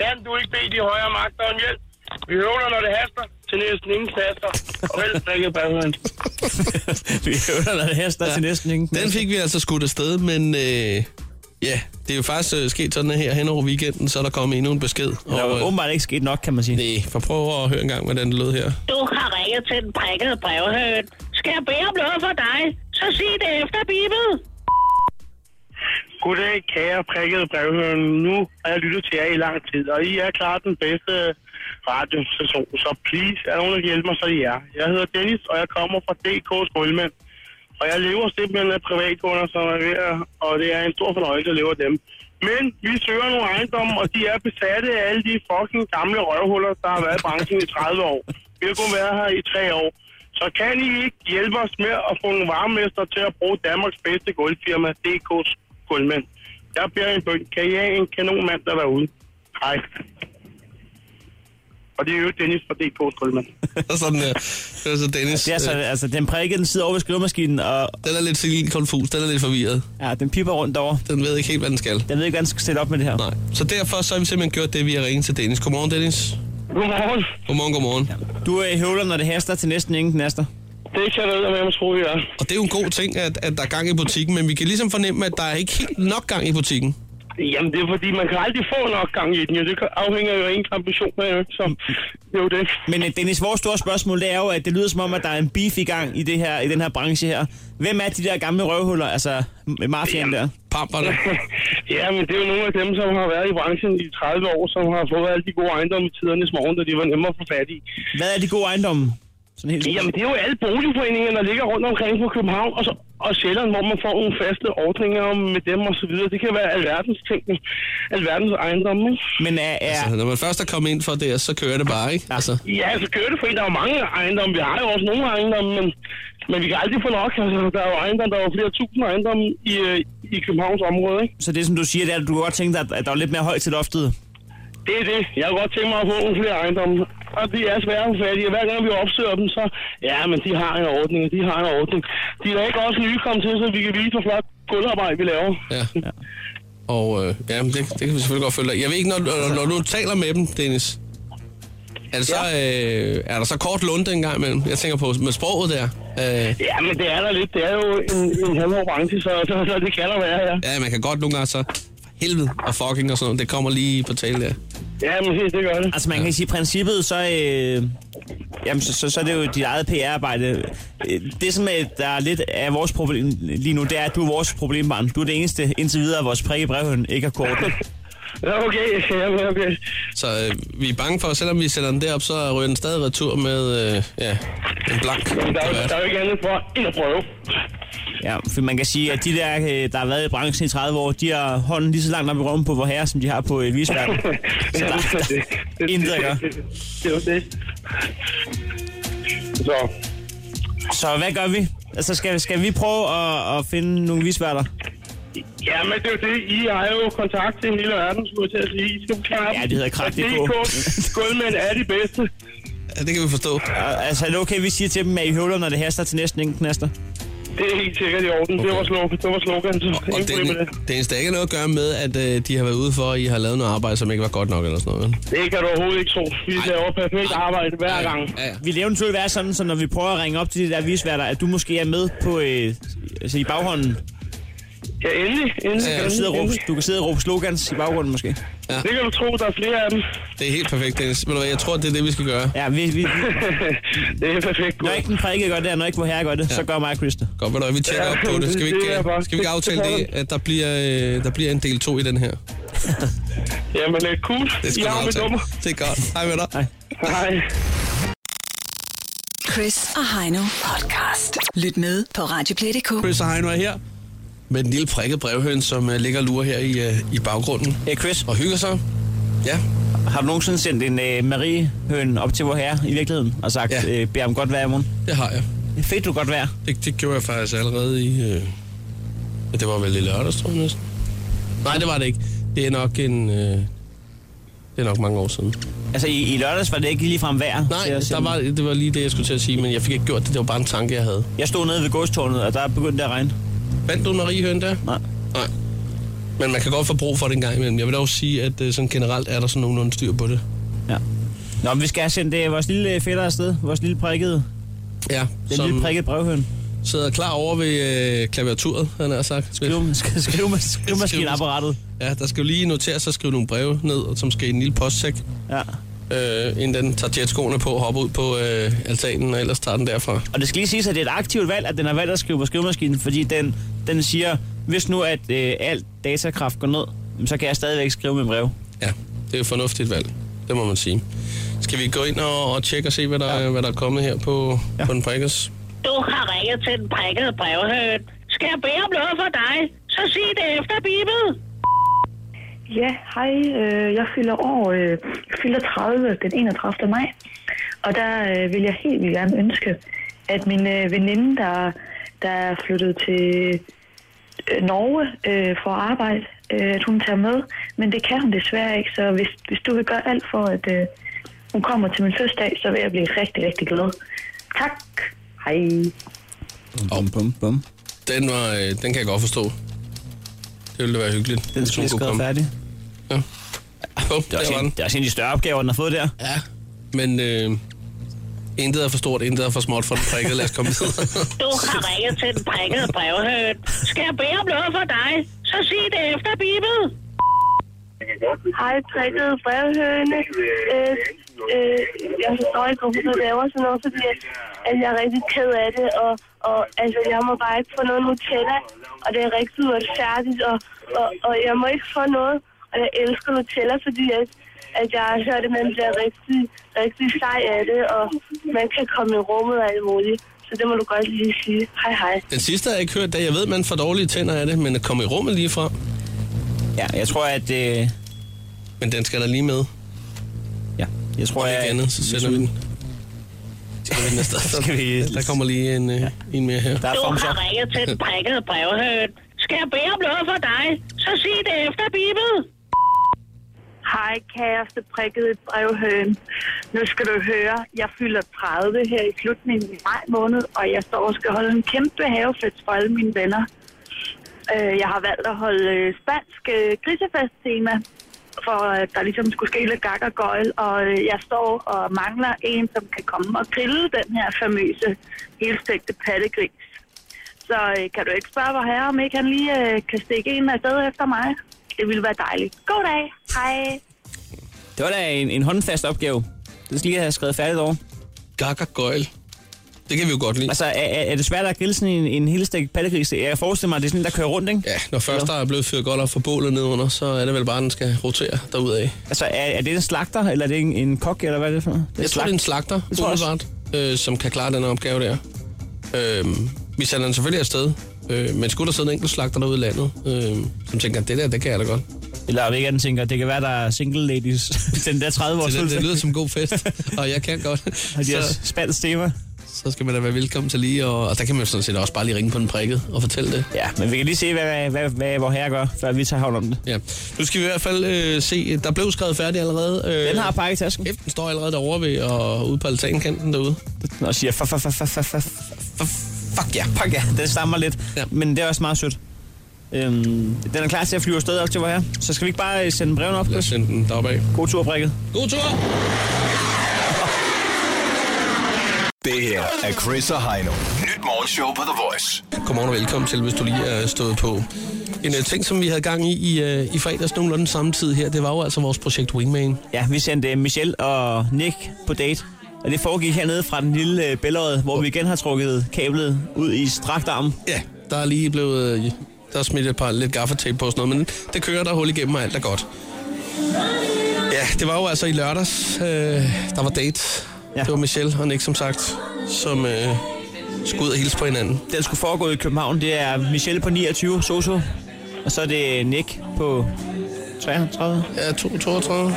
N: Kan du ikke bede de højere magter om hjælp? Vi høvler, når det haster, til næsten ingen knaster. Og vel, prikket prikkerøven.
M: vi hører der hester ja. til næsten ingen.
C: Den fik vi altså skudt afsted, men øh, ja, det er jo faktisk øh, sket sådan her hen over weekenden, så er der kommet endnu en besked. øh,
M: Der er åbenbart ikke sket nok, kan man sige.
C: nej, for prøv at høre en gang, hvordan det lød her.
O: Du har ringet til den prikkede brevhøn. Skal jeg bede om noget for dig, så sig det efter bibel.
N: Goddag, kære prikkede brevhøren. Nu har jeg lyttet til jer i lang tid, og I er klart den bedste radiostation. Så please, er der nogen, der kan hjælpe mig, så er I er. Jeg hedder Dennis, og jeg kommer fra DK's Guldmand. Og jeg lever simpelthen af privatkunder, som er ved at, og det er en stor fornøjelse at leve af dem. Men vi søger nogle ejendomme, og de er besatte af alle de fucking gamle røvhuller, der har været i branchen i 30 år. Vi har kun været her i tre år. Så kan I ikke hjælpe os med at få nogle varmester til at bruge Danmarks bedste gulvfirma, DK's Guldmænd. Jeg beder en bøn. Kan I have en kanonmand, der er derude? Hej. Og det er jo Dennis fra DK's Guldmænd.
C: Og sådan her. Det er så Dennis.
M: Det er så,
C: øh,
M: altså, den prikkede, den sidder over ved skrivemaskinen, og
C: den er lidt sikkert konfus, den er lidt forvirret.
M: ja, den piper rundt derovre.
C: Den ved ikke helt, hvad den skal.
M: Den ved ikke, hvordan den skal sætte op med det her.
C: Nej. Så derfor så har vi simpelthen gjort det, vi har ringet til Dennis. Godmorgen, Dennis.
N: Godmorgen.
C: Godmorgen, godmorgen. Ja.
M: Du øh, høvler, når det haster til næsten ingen knaster.
N: Det kan jeg med, man tror, vi er.
C: Og det er jo en god ting, at, at der er gang i butikken, men vi kan ligesom fornemme, at der er ikke helt nok gang i butikken.
N: Jamen, det er fordi, man kan aldrig få nok gang i den. Jo. Det afhænger jo af ens ambitioner, jo. Så det er jo det.
M: Men øh, Dennis, vores store spørgsmål, det er jo, at det lyder som om, at der er en beef i gang i, det her, i den her branche her. Hvem er de der gamle røvhuller, altså m- mafiaen der?
C: Pamperne.
N: ja, men det er jo nogle af dem, som har været i branchen i 30 år, som har fået alle de gode ejendomme i tidernes morgen, da de var nemmere at få fat i.
M: Hvad er de gode ejendomme? Sådan helt
N: Jamen, det er jo alle boligforeninger, der ligger rundt omkring på København og, så, og Sjælland, hvor man får nogle faste ordninger med dem og så videre. Det kan være alverdens ting, alverdens ejendomme. ikke?
M: Men øh, er, er,
C: Altså, når man først er kommet ind for det, så kører det bare, ikke? Altså,
N: Ja, så kører det, fordi der er jo mange ejendomme. Vi har jo også nogle ejendomme, men, men vi kan aldrig få nok. Altså, der er jo ejendomme, der er jo flere tusind ejendomme i, øh, i Københavns område, ikke?
M: så det, som du siger, det er, at du kunne godt tænke dig, at- at der er lidt mere højt til loftet.
N: Det er det. Jeg kunne godt tænke mig at få nogle flere ejendomme. Og de er svære at få fat i, og hver gang vi opsøger dem, så... Ja, men de har en ordning, og de har en ordning. De er da ikke også nye kommet til, så vi kan vise, hvor flot gulvarbejde vi laver.
C: ja. Og øh, ja, men det, det kan vi selvfølgelig godt følge dig. Jeg ved ikke, når, når, når du taler med dem, Dennis, er, det så, øh, er der så kort lunde en gang imellem? Jeg tænker på med sproget der. Øh,
N: Ja, men det er der lidt. Det er jo en, en halvår branche, så, så, så, det kan der være, ja.
C: ja, man kan godt nogle gange så for helvede og fucking og sådan noget. Det kommer lige på tale der.
N: Ja, men det, det gør det.
M: Altså man kan sige, i princippet, så, øh, jamen, så, så, så er det jo dit eget PR-arbejde. Øh, Det som er, der er lidt af vores problem lige nu, det er, at du er vores problembarn. Du er det eneste indtil videre, vores prikke brevhøn ikke har kortet.
N: Ja, okay. Jamen, okay.
C: Så øh, vi er bange for, at selvom vi sender den derop, så ryger den stadig retur med øh, ja, en blank.
N: Men der er, jo-
C: kuvertering.
N: der er jo ikke andet for end at prøve.
D: Ja, for man kan sige, at de der, øh, der har været i branchen i 30 år, de har hånden lige så langt op i rummen på vor herre, som de har på øh, et visværk. Så der, der er intet at gøre.
N: Det er jo det. Så
D: Så hvad gør vi? Altså, skal, skal vi prøve at, at finde nogle visværter?
N: Ja, men det er jo det. I har jo kontakt til hele verden, skulle jeg til at sige. I skal forklare
D: Ja, det hedder Krak.dk.
N: Gulvmænd er de bedste.
C: Ja, det kan vi forstå.
D: Altså, er det okay, vi siger til dem, at I høvler, når det haster til næsten ingen knaster?
N: Det er helt sikkert i orden. Okay. Det var slogan. Det var slogan. Så
C: Og
N: ingen
C: det,
N: problem med det.
C: det eneste der ikke er noget at gøre med, at øh, de har været ude for, at I har lavet noget arbejde, som ikke var godt nok eller sådan noget. vel?
N: Det kan du overhovedet ikke tro. Vi laver perfekt arbejde hver gang.
D: Vi laver eventuelt være sådan, så når vi prøver at ringe op til de der visværter, at du måske er med på, øh, altså i baghånden.
N: Ja, endelig. endelig
D: Så kan du, sidde og råbe, du kan sidde og råbe slogans i baggrunden måske.
C: Ja.
N: Det kan du tro, der er flere af dem.
C: Det er helt perfekt, Dennis. Ved du hvad, jeg tror, det er det, vi skal gøre.
D: Ja, vi, vi, vi
N: det er perfekt.
D: Når ikke den prædike gør det, og når ikke vor herre gør det, ja. så gør mig og Chris det.
C: Godt, ved du hvad, vi tjekker
D: Ja,
C: op på det. Skal vi
D: det
C: ikke,
D: er
C: øh,
D: bare-
C: skal vi ikke
D: det-
C: aftale
D: det
C: det, at der bliver, øh, der bliver en del 2 i den her?
N: Jamen, det er cool.
C: Det skal
N: I
C: vi
N: har mit
C: aftale.
N: nummer.
C: Det er godt. Hej med dig. Hej.
N: Hej.
B: Chris og Heino podcast. Lyt med på Radioplay.dk.
C: Chris og Heino er her med den lille prikket brevhøn, som uh, ligger og lurer her i, uh, i baggrunden.
D: Ja, Chris.
C: Og hygger sig. Ja.
D: Har du nogensinde sendt en øh, Marie-høn op til vor herre i virkeligheden og sagt, ja. øh, bed om godt vejr i morgen?
C: Det har jeg.
D: Fedt du godt vejr.
C: Det, det gjorde jeg faktisk allerede i... Øh, ja, det var vel i lørdags, tror jeg næsten. Nej, det var det ikke. Det er nok en... Øh, det er nok mange år siden.
D: Altså i, i lørdags var det ikke ligefrem vejr.
C: Nej, der var, det var lige det, jeg skulle til at sige, men jeg fik ikke gjort det. Det var bare en tanke, jeg havde.
D: Jeg stod nede ved gåstårnet, og der begyndte det at regne.
C: Vandt du en mariehøn der?
D: Nej.
C: Nej. Men man kan godt få brug for det en gang imellem. Jeg vil dog sige, at øh, sådan generelt er der sådan nogenlunde styr på det.
D: Ja. Nå, men vi skal have sendt øh, vores lille øh, fætter afsted. Vores lille prikkede.
C: Ja,
D: Den lille prikket brevhøn.
C: sidder klar over ved øh, klaviaturet, han har sagt.
D: Skriv, skriv, skriv, skrivemaskinapparatet.
C: Ja, der skal jo lige notere sig og skrive nogle breve ned, som skal i en lille postsæk.
D: Ja.
C: Øh, inden den tager jetskoene på og hopper ud på øh, altanen, og ellers tager den derfra.
D: Og det skal lige siges, at det er et aktivt valg, at den har valgt at skrive på skrivemaskinen, fordi den, den siger, hvis nu at øh, alt datakraft går ned, jamen, så kan jeg stadigvæk skrive med brev.
C: Ja, det er et fornuftigt valg. Det må man sige. Skal vi gå ind og, og tjekke og se, hvad der, ja. hvad der er kommet her på, ja. på den prikkers?
O: Du har ringet til den prikkede brevhøn. Skal jeg bede om noget for dig? Så sig det efter, Bibel.
P: Ja, hej. øh, Jeg fylder år, øh, jeg fylder 30 den 31. maj. Og der øh, vil jeg helt vildt gerne ønske, at min øh, veninde, der, der er flyttet til øh, Norge øh, for at arbejde, øh, at hun tager med. Men det kan hun desværre ikke, så hvis, hvis du vil gøre alt for, at øh, hun kommer til min fødselsdag, så vil jeg blive rigtig, rigtig glad. Tak. Hej.
C: Bum, bum, bum. Den, var, øh, den kan jeg godt forstå. Det ville da være hyggeligt. hvis hun
D: skulle jeg
C: kunne
D: skrevet
C: komme.
D: færdig.
C: Ja. Oh,
D: Det er, også en, det er også en af de større opgaver, den har fået der.
C: Ja. Men øh, intet er for stort, intet er for småt for den prikket. Lad os komme videre.
O: Du har ringet til den prikkede brevhøn. Skal jeg bede om noget for dig? Så sig det efter, Bibel.
Q: Hej, prikket brevhøne. Øh, øh, jeg forstår ikke, hvorfor du laver sådan noget, fordi at, at jeg er rigtig ked af det, og, og altså, jeg må bare ikke få noget Nutella, og det er rigtig uretfærdigt, og, og, og jeg må ikke få noget, og jeg elsker Nutella, fordi at, at jeg har hørt, at man bliver rigtig, rigtig sej af det, og man kan komme i rummet og alt muligt. Så det må du godt lige sige. Hej, hej.
C: Den sidste har jeg ikke hørt, da jeg ved, man får dårlige tænder af det, men at komme i rummet lige fra.
D: Ja, jeg tror, at... Øh...
C: Men den skal der lige med.
D: Ja, jeg tror,
C: jeg... Andet, så sender vi den. Så sender vi den afsted.
D: Skal vi...
C: Der kommer lige en, øh, en mere her.
O: Du har ringet til den prikkede brevhøn. Skal jeg bede om noget for dig? Så sig det efter, Bibel.
Q: Hej, kæreste prikkede brevhøn. Nu skal du høre, jeg fylder 30 her i slutningen af maj måned, og jeg står og skal holde en kæmpe havefest for alle mine venner. Øh, Jeg har valgt at holde øh, spansk øh, grisefest-tema, for at der ligesom skulle ske lidt gak og gøjl, og øh, jeg står og mangler en, som kan komme og grille den her famøse helstægte pattegris. Så øh, kan du ikke spørge, hvor herre, om ikke han lige øh, kan stikke en afsted efter mig? Det ville være dejligt. God dag. Hej.
D: Det var da en, en håndfast opgave. Det skal lige have skrevet færdigt over.
C: Gak og gøjl. Det kan vi jo godt lide.
D: Altså, er, er det svært at grille sådan en, en helstegt pattegris? Jeg forestiller mig, at det er sådan en, der kører rundt, ikke?
C: Ja, når først der er blevet fyret godt op for bålet nedenunder, så er det vel bare, at den skal rotere derudad.
D: Altså, er, er det en slagter, eller er det en, en kok, eller hvad er det for? Det er
C: Jeg tror, det er en slagter,
D: Det tror jeg også.
C: umiddelbart, øh, som kan klare den her opgave der. Øh, vi sender den selvfølgelig afsted, øh, men skulle der sidde en enkelt slagter derude i landet, øh, som tænker, det der, det kan jeg da godt.
D: Eller om ikke andet tænker, det kan være, der er single ladies. den der 30 års
C: Så det, det lyder som en god fest, og jeg kan godt.
D: Og de har
C: Så-
D: spansk tema.
C: så skal man da være velkommen til lige, og, og der kan man jo sådan set også bare lige ringe på den prikket og fortælle det.
D: Ja, men vi kan lige se, hvad, hvad, hvad, hvad vor herre gør, før vi tager hånd om det.
C: Ja. Nu skal vi i hvert fald øh, se, der blev skrevet færdig allerede. Øh,
D: Den har pakket tasken.
C: Kæft, den står allerede derovre ved, og ude på altankanten derude.
D: Og siger, fuck, fuck, fuck, fuck, fuck, fuck, fuck ja, fuck ja. Den stammer lidt, ja. men det er også meget sødt. Øhm, den er klar til at flyve afsted op til vor herre. Så skal vi ikke bare øh, sende breven op?
C: Lad os sende den deropad.
D: God tur, prikket.
C: God tur!
R: Det her er Chris og Heino. Nyt morgenshow på The Voice.
C: Godmorgen og velkommen til, hvis du lige er stået på. En uh, ting, som vi havde gang i i, uh, i fredags nogenlunde samtidig her, det var jo altså vores projekt Wingman.
D: Ja, vi sendte øh, Michelle og Nick på date. Og det foregik hernede fra den lille øh, bællerød, hvor vi igen har trukket kablet ud i strakt arm.
C: Ja, der er lige blevet... øh, der er smidt et par lidt gaffatape på og sådan noget, men det kører, der er hul igennem, og alt er godt. Ja, det var jo altså i lørdags, øh, der var date. Ja. Det var Michelle og Nick, som sagt, som øh, skulle ud og hilse på hinanden.
D: Den skulle foregå i København. Det er Michelle på 29, Soso. Og så er det Nick på 33.
C: Ja, 32, 32,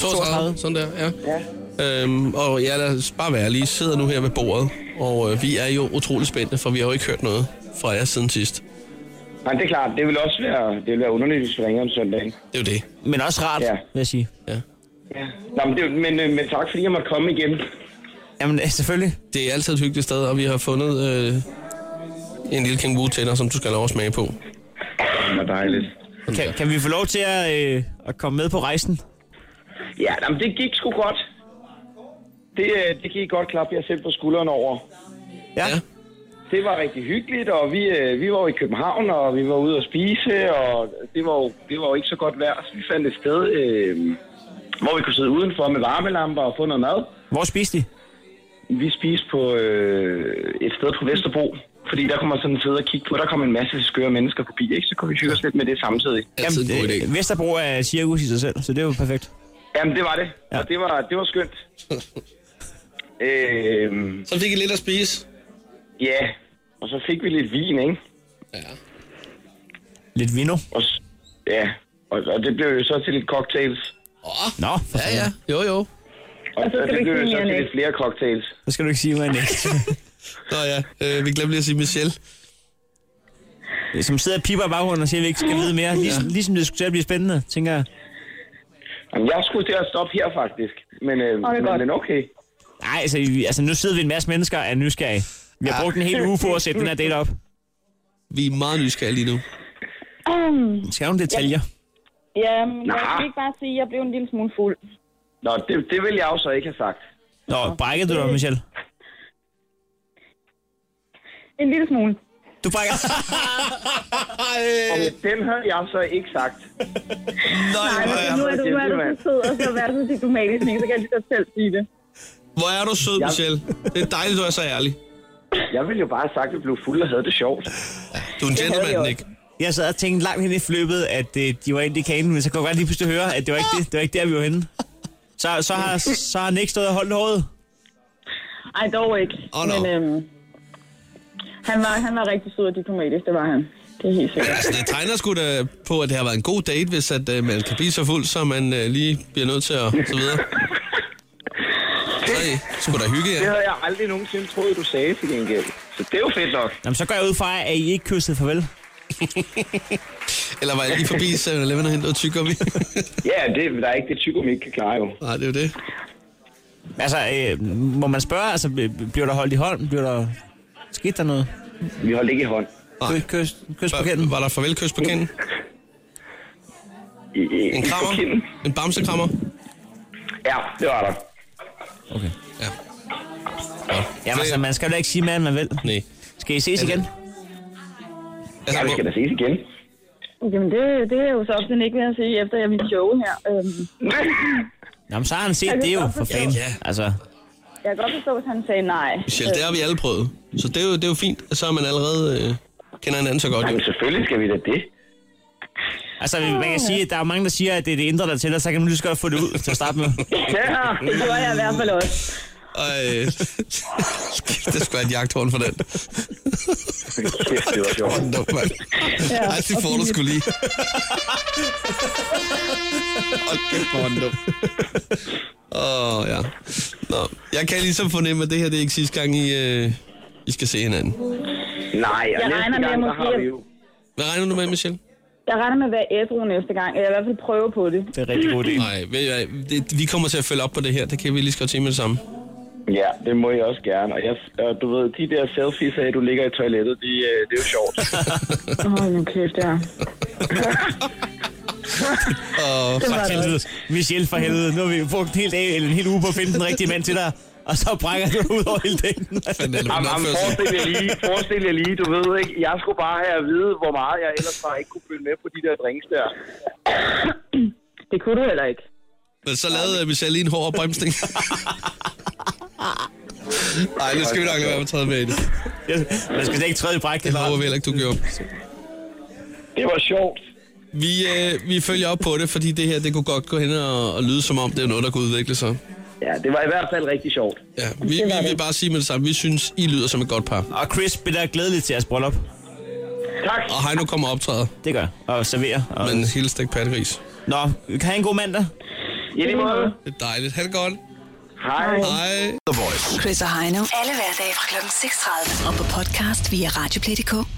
C: 32, sådan der, ja. ja. Øhm, og ja, lad os bare være lige, sidder nu her ved bordet, og øh, vi er jo utrolig spændte, for vi har jo ikke hørt noget fra jer siden sidst.
S: Nej, det er klart. Det vil også være, det vil være underligt, hvis vi ringer om søndagen.
C: Det er jo det.
D: Men også rart, ja. vil jeg sige.
S: Nå, men, det, er jo- men, øh, men tak, fordi jeg måtte komme igen.
D: Jamen, øh, selvfølgelig.
C: Det er altid et hyggeligt sted, og vi har fundet øh, en lille kænguru til dig, som du skal have lov at smage på.
S: Det var dejligt.
D: Kan, kan vi få lov til at, øh, at komme med på rejsen?
S: Ja, nå, men det gik sgu godt. Det, øh, det gik godt klap, jeg selv på skulderen over.
D: Ja.
S: Det var rigtig hyggeligt, og vi, øh, vi var jo i København, og vi var ude at spise, og det var jo, det var jo ikke så godt vejr. Så vi fandt et sted, øh, hvor vi kunne sidde udenfor med varmelamper og få noget mad.
D: Hvor spiste I?
S: Vi spiste på øh, et sted på Vesterbro, fordi der kunne man sådan sidde og kigge på. Der kom en masse skøre mennesker forbi, ikke? Så kunne vi hygge os lidt med det samtidig.
D: øh, Vesterbro er cirkus i sig selv, så det er jo perfekt.
S: Jamen, det var det. Ja. Og det var, det var skønt. øhm,
C: så fik I lidt at spise?
S: Ja, og så fik vi lidt vin, ikke?
D: Lidt vino.
S: Og, s- ja, og, og det blev jo så til lidt cocktails.
C: Oh,
D: Nå, for
C: ja, ja. Jo, jo.
S: Og,
D: Og så skal
S: og, og
D: du
S: det
D: ikke
S: blev jo
D: sige
S: så
D: mere,
S: til
D: Nick.
S: lidt flere cocktails.
D: Så skal du ikke sige, hvad Nick.
C: Nå ja, øh, vi glemte lige at sige Michelle.
D: Som sidder og piper i baggrunden og siger, at vi ikke skal vide mere. Ligesom, ja. ligesom det skulle til at blive spændende, tænker jeg.
S: Jamen, jeg skulle til at stoppe her, faktisk. Men, øh,
D: Åh, det er
S: men,
D: godt.
S: men okay.
D: Nej, altså, vi- altså nu sidder vi en masse mennesker og er nysgerrige. Vi har brugt en hel uge på at sætte den her date op.
C: Vi er meget nysgerrige lige nu.
J: Um,
D: Skal nogle detaljer?
J: ja, men jeg
S: Nå.
J: skal ikke bare sige, at jeg blev en lille smule fuld.
S: Nå, det, det ville jeg jo så ikke have sagt.
D: Nå, brækkede du dig, Michelle?
J: En lille smule.
D: Du brækker.
S: Og den havde jeg så ikke sagt.
J: Nej,
S: hvor er
J: men nu er
S: jeg
J: du, nu er du
S: gentleman.
J: så sød, og så være så diplomatisk, ikke? så kan jeg lige så godt selv sige det.
C: Hvor er du sød, Michelle. Det er dejligt, du er så ærlig.
S: Jeg ville jo bare have sagt, at vi blev fulde og havde det sjovt.
C: Du er en gentleman, Nick.
D: Jeg sad og tænkte langt hen i fløbet, at øh, de var inde i kanen, men så kunne jeg godt lige pludselig høre, at det var ikke, det, det var ikke der, vi var henne. Så, så, har, så har Nick stået og holdt håret.
J: Ej, dog ikke.
D: Åh, nå.
J: Men øhm, han, var, han var rigtig sød og diplomatisk, det var han. Det er helt sikkert.
C: Altså, det tegner sgu da på, at det har været en god date, hvis at, øh, man kan blive så fuld, så man øh, lige bliver nødt til at... Så videre. Så er I sgu da hygge,
S: Det
C: ja.
S: havde jeg aldrig nogensinde troet, du sagde til gengæld. Så det er jo fedt nok.
D: Jamen, så går jeg ud fra, at I ikke kyssede farvel.
C: Eller var jeg lige forbi 7-Eleven og hentede tyggegummi?
S: ja, det der er ikke det tyggegummi ikke kan klare jo.
C: Nej, det er jo det.
D: Altså, øh, må man spørge, altså, bl- bliver der holdt i hånd? Bliver der skidt der noget?
S: Vi holdt ikke i hånd.
C: Nej.
D: Kys, kys på
C: kinden. Var der farvel kys på kinden? En krammer? En bamsekrammer?
S: Ja, det var der.
D: Okay. Jamen, altså, man skal jo da ikke sige mere, end man vil.
C: Nej.
D: Skal I ses
C: Er det-
D: igen?
C: Altså,
S: ja, vi skal da ses igen.
J: Jamen, det, det er jo så op til Nick, vil jeg sige, efter jeg ville show her. Øhm.
D: Jamen, så har han set
J: Jeg kan
D: det jo,
J: godt
D: for
J: forstå.
D: fanden.
J: Ja.
D: Altså,
J: Jeg kan godt forstå, hvis han sagde nej.
C: Michelle, det har vi alle prøvet. Så det er jo, det er jo fint, at så er man allerede øh, kender hinanden så godt.
S: Jamen, selvfølgelig skal vi da det.
M: Altså, man kan sige, at der er jo mange, der siger, at det er det indre, der tæller, så kan man lige så godt få det ud til at starte med.
J: Ja, det gjorde jeg i hvert fald også.
C: Ej, øh, det skulle et jagthorn for den.
S: Kæft, det var sjovt.
C: Nå, mand.
K: Ja,
C: Ej, det
K: og
C: får du
K: pinligt.
C: sgu lige. Hold kæft, hvor var den dum. Åh, oh, ja. Nå, jeg kan ligesom fornemme, at det her det er ikke sidste gang, I, øh, I skal se hinanden.
S: Nej,
J: og Jeg næste regner med, gang, at der måske- har vi jo-
C: Hvad regner du med, Michelle?
J: Jeg regner med at være ædru næste gang, eller i hvert fald prøve på det.
M: Det er rigtig god idé.
C: Nej, ved I hvad, det, vi kommer til at følge op på det her. Det kan vi lige så godt sige med det samme.
S: Ja, det må jeg også gerne. Og, jeg, og du ved, de der selfies af, at du ligger i toilettet, de, øh, det er jo sjovt.
J: Åh, oh, kæft, ja.
C: Og
M: for
J: var det
M: helvede. Michelle for helvede. Nu har vi brugt en hel dag eller en hel uge på at finde den rigtige mand til dig. Og så brækker du ud over hele dagen.
S: Jamen, jamen, forestil, jer lige, forestil jer lige, du ved ikke, jeg skulle bare have at vide, hvor meget jeg ellers bare ikke kunne følge med på de der drinks der.
J: Det kunne du heller ikke.
C: Men så lavede Michelle lige en hård bremsning. Nej, nu skal vi nok lade være med at træde med i det.
M: Man skal slet ikke træde i bræk.
C: Det håber vi heller ikke, du gjorde.
S: Det var sjovt.
C: Vi, øh, vi følger op på det, fordi det her det kunne godt gå hen og, og lyde som om, det er noget, der kunne udvikle sig.
S: Ja, det var i hvert fald rigtig sjovt.
C: Ja, vi, vi vil bare sige med det samme, vi synes, I lyder som et godt par.
M: Og Chris bliver glædeligt til jeres bryllup.
S: Tak.
C: Og Heino kommer og optræder.
M: Det gør jeg. Og serverer. Og...
C: Men hele stik pattegris.
M: Nå, kan I have en god mandag?
S: I lige måde.
C: Det er dejligt. Ha' det godt.
S: Hej.
C: Hej.
F: The Voice.
B: Chris og Heino. Alle hverdage fra kl. 6.30. Og på podcast via Radioplay.dk.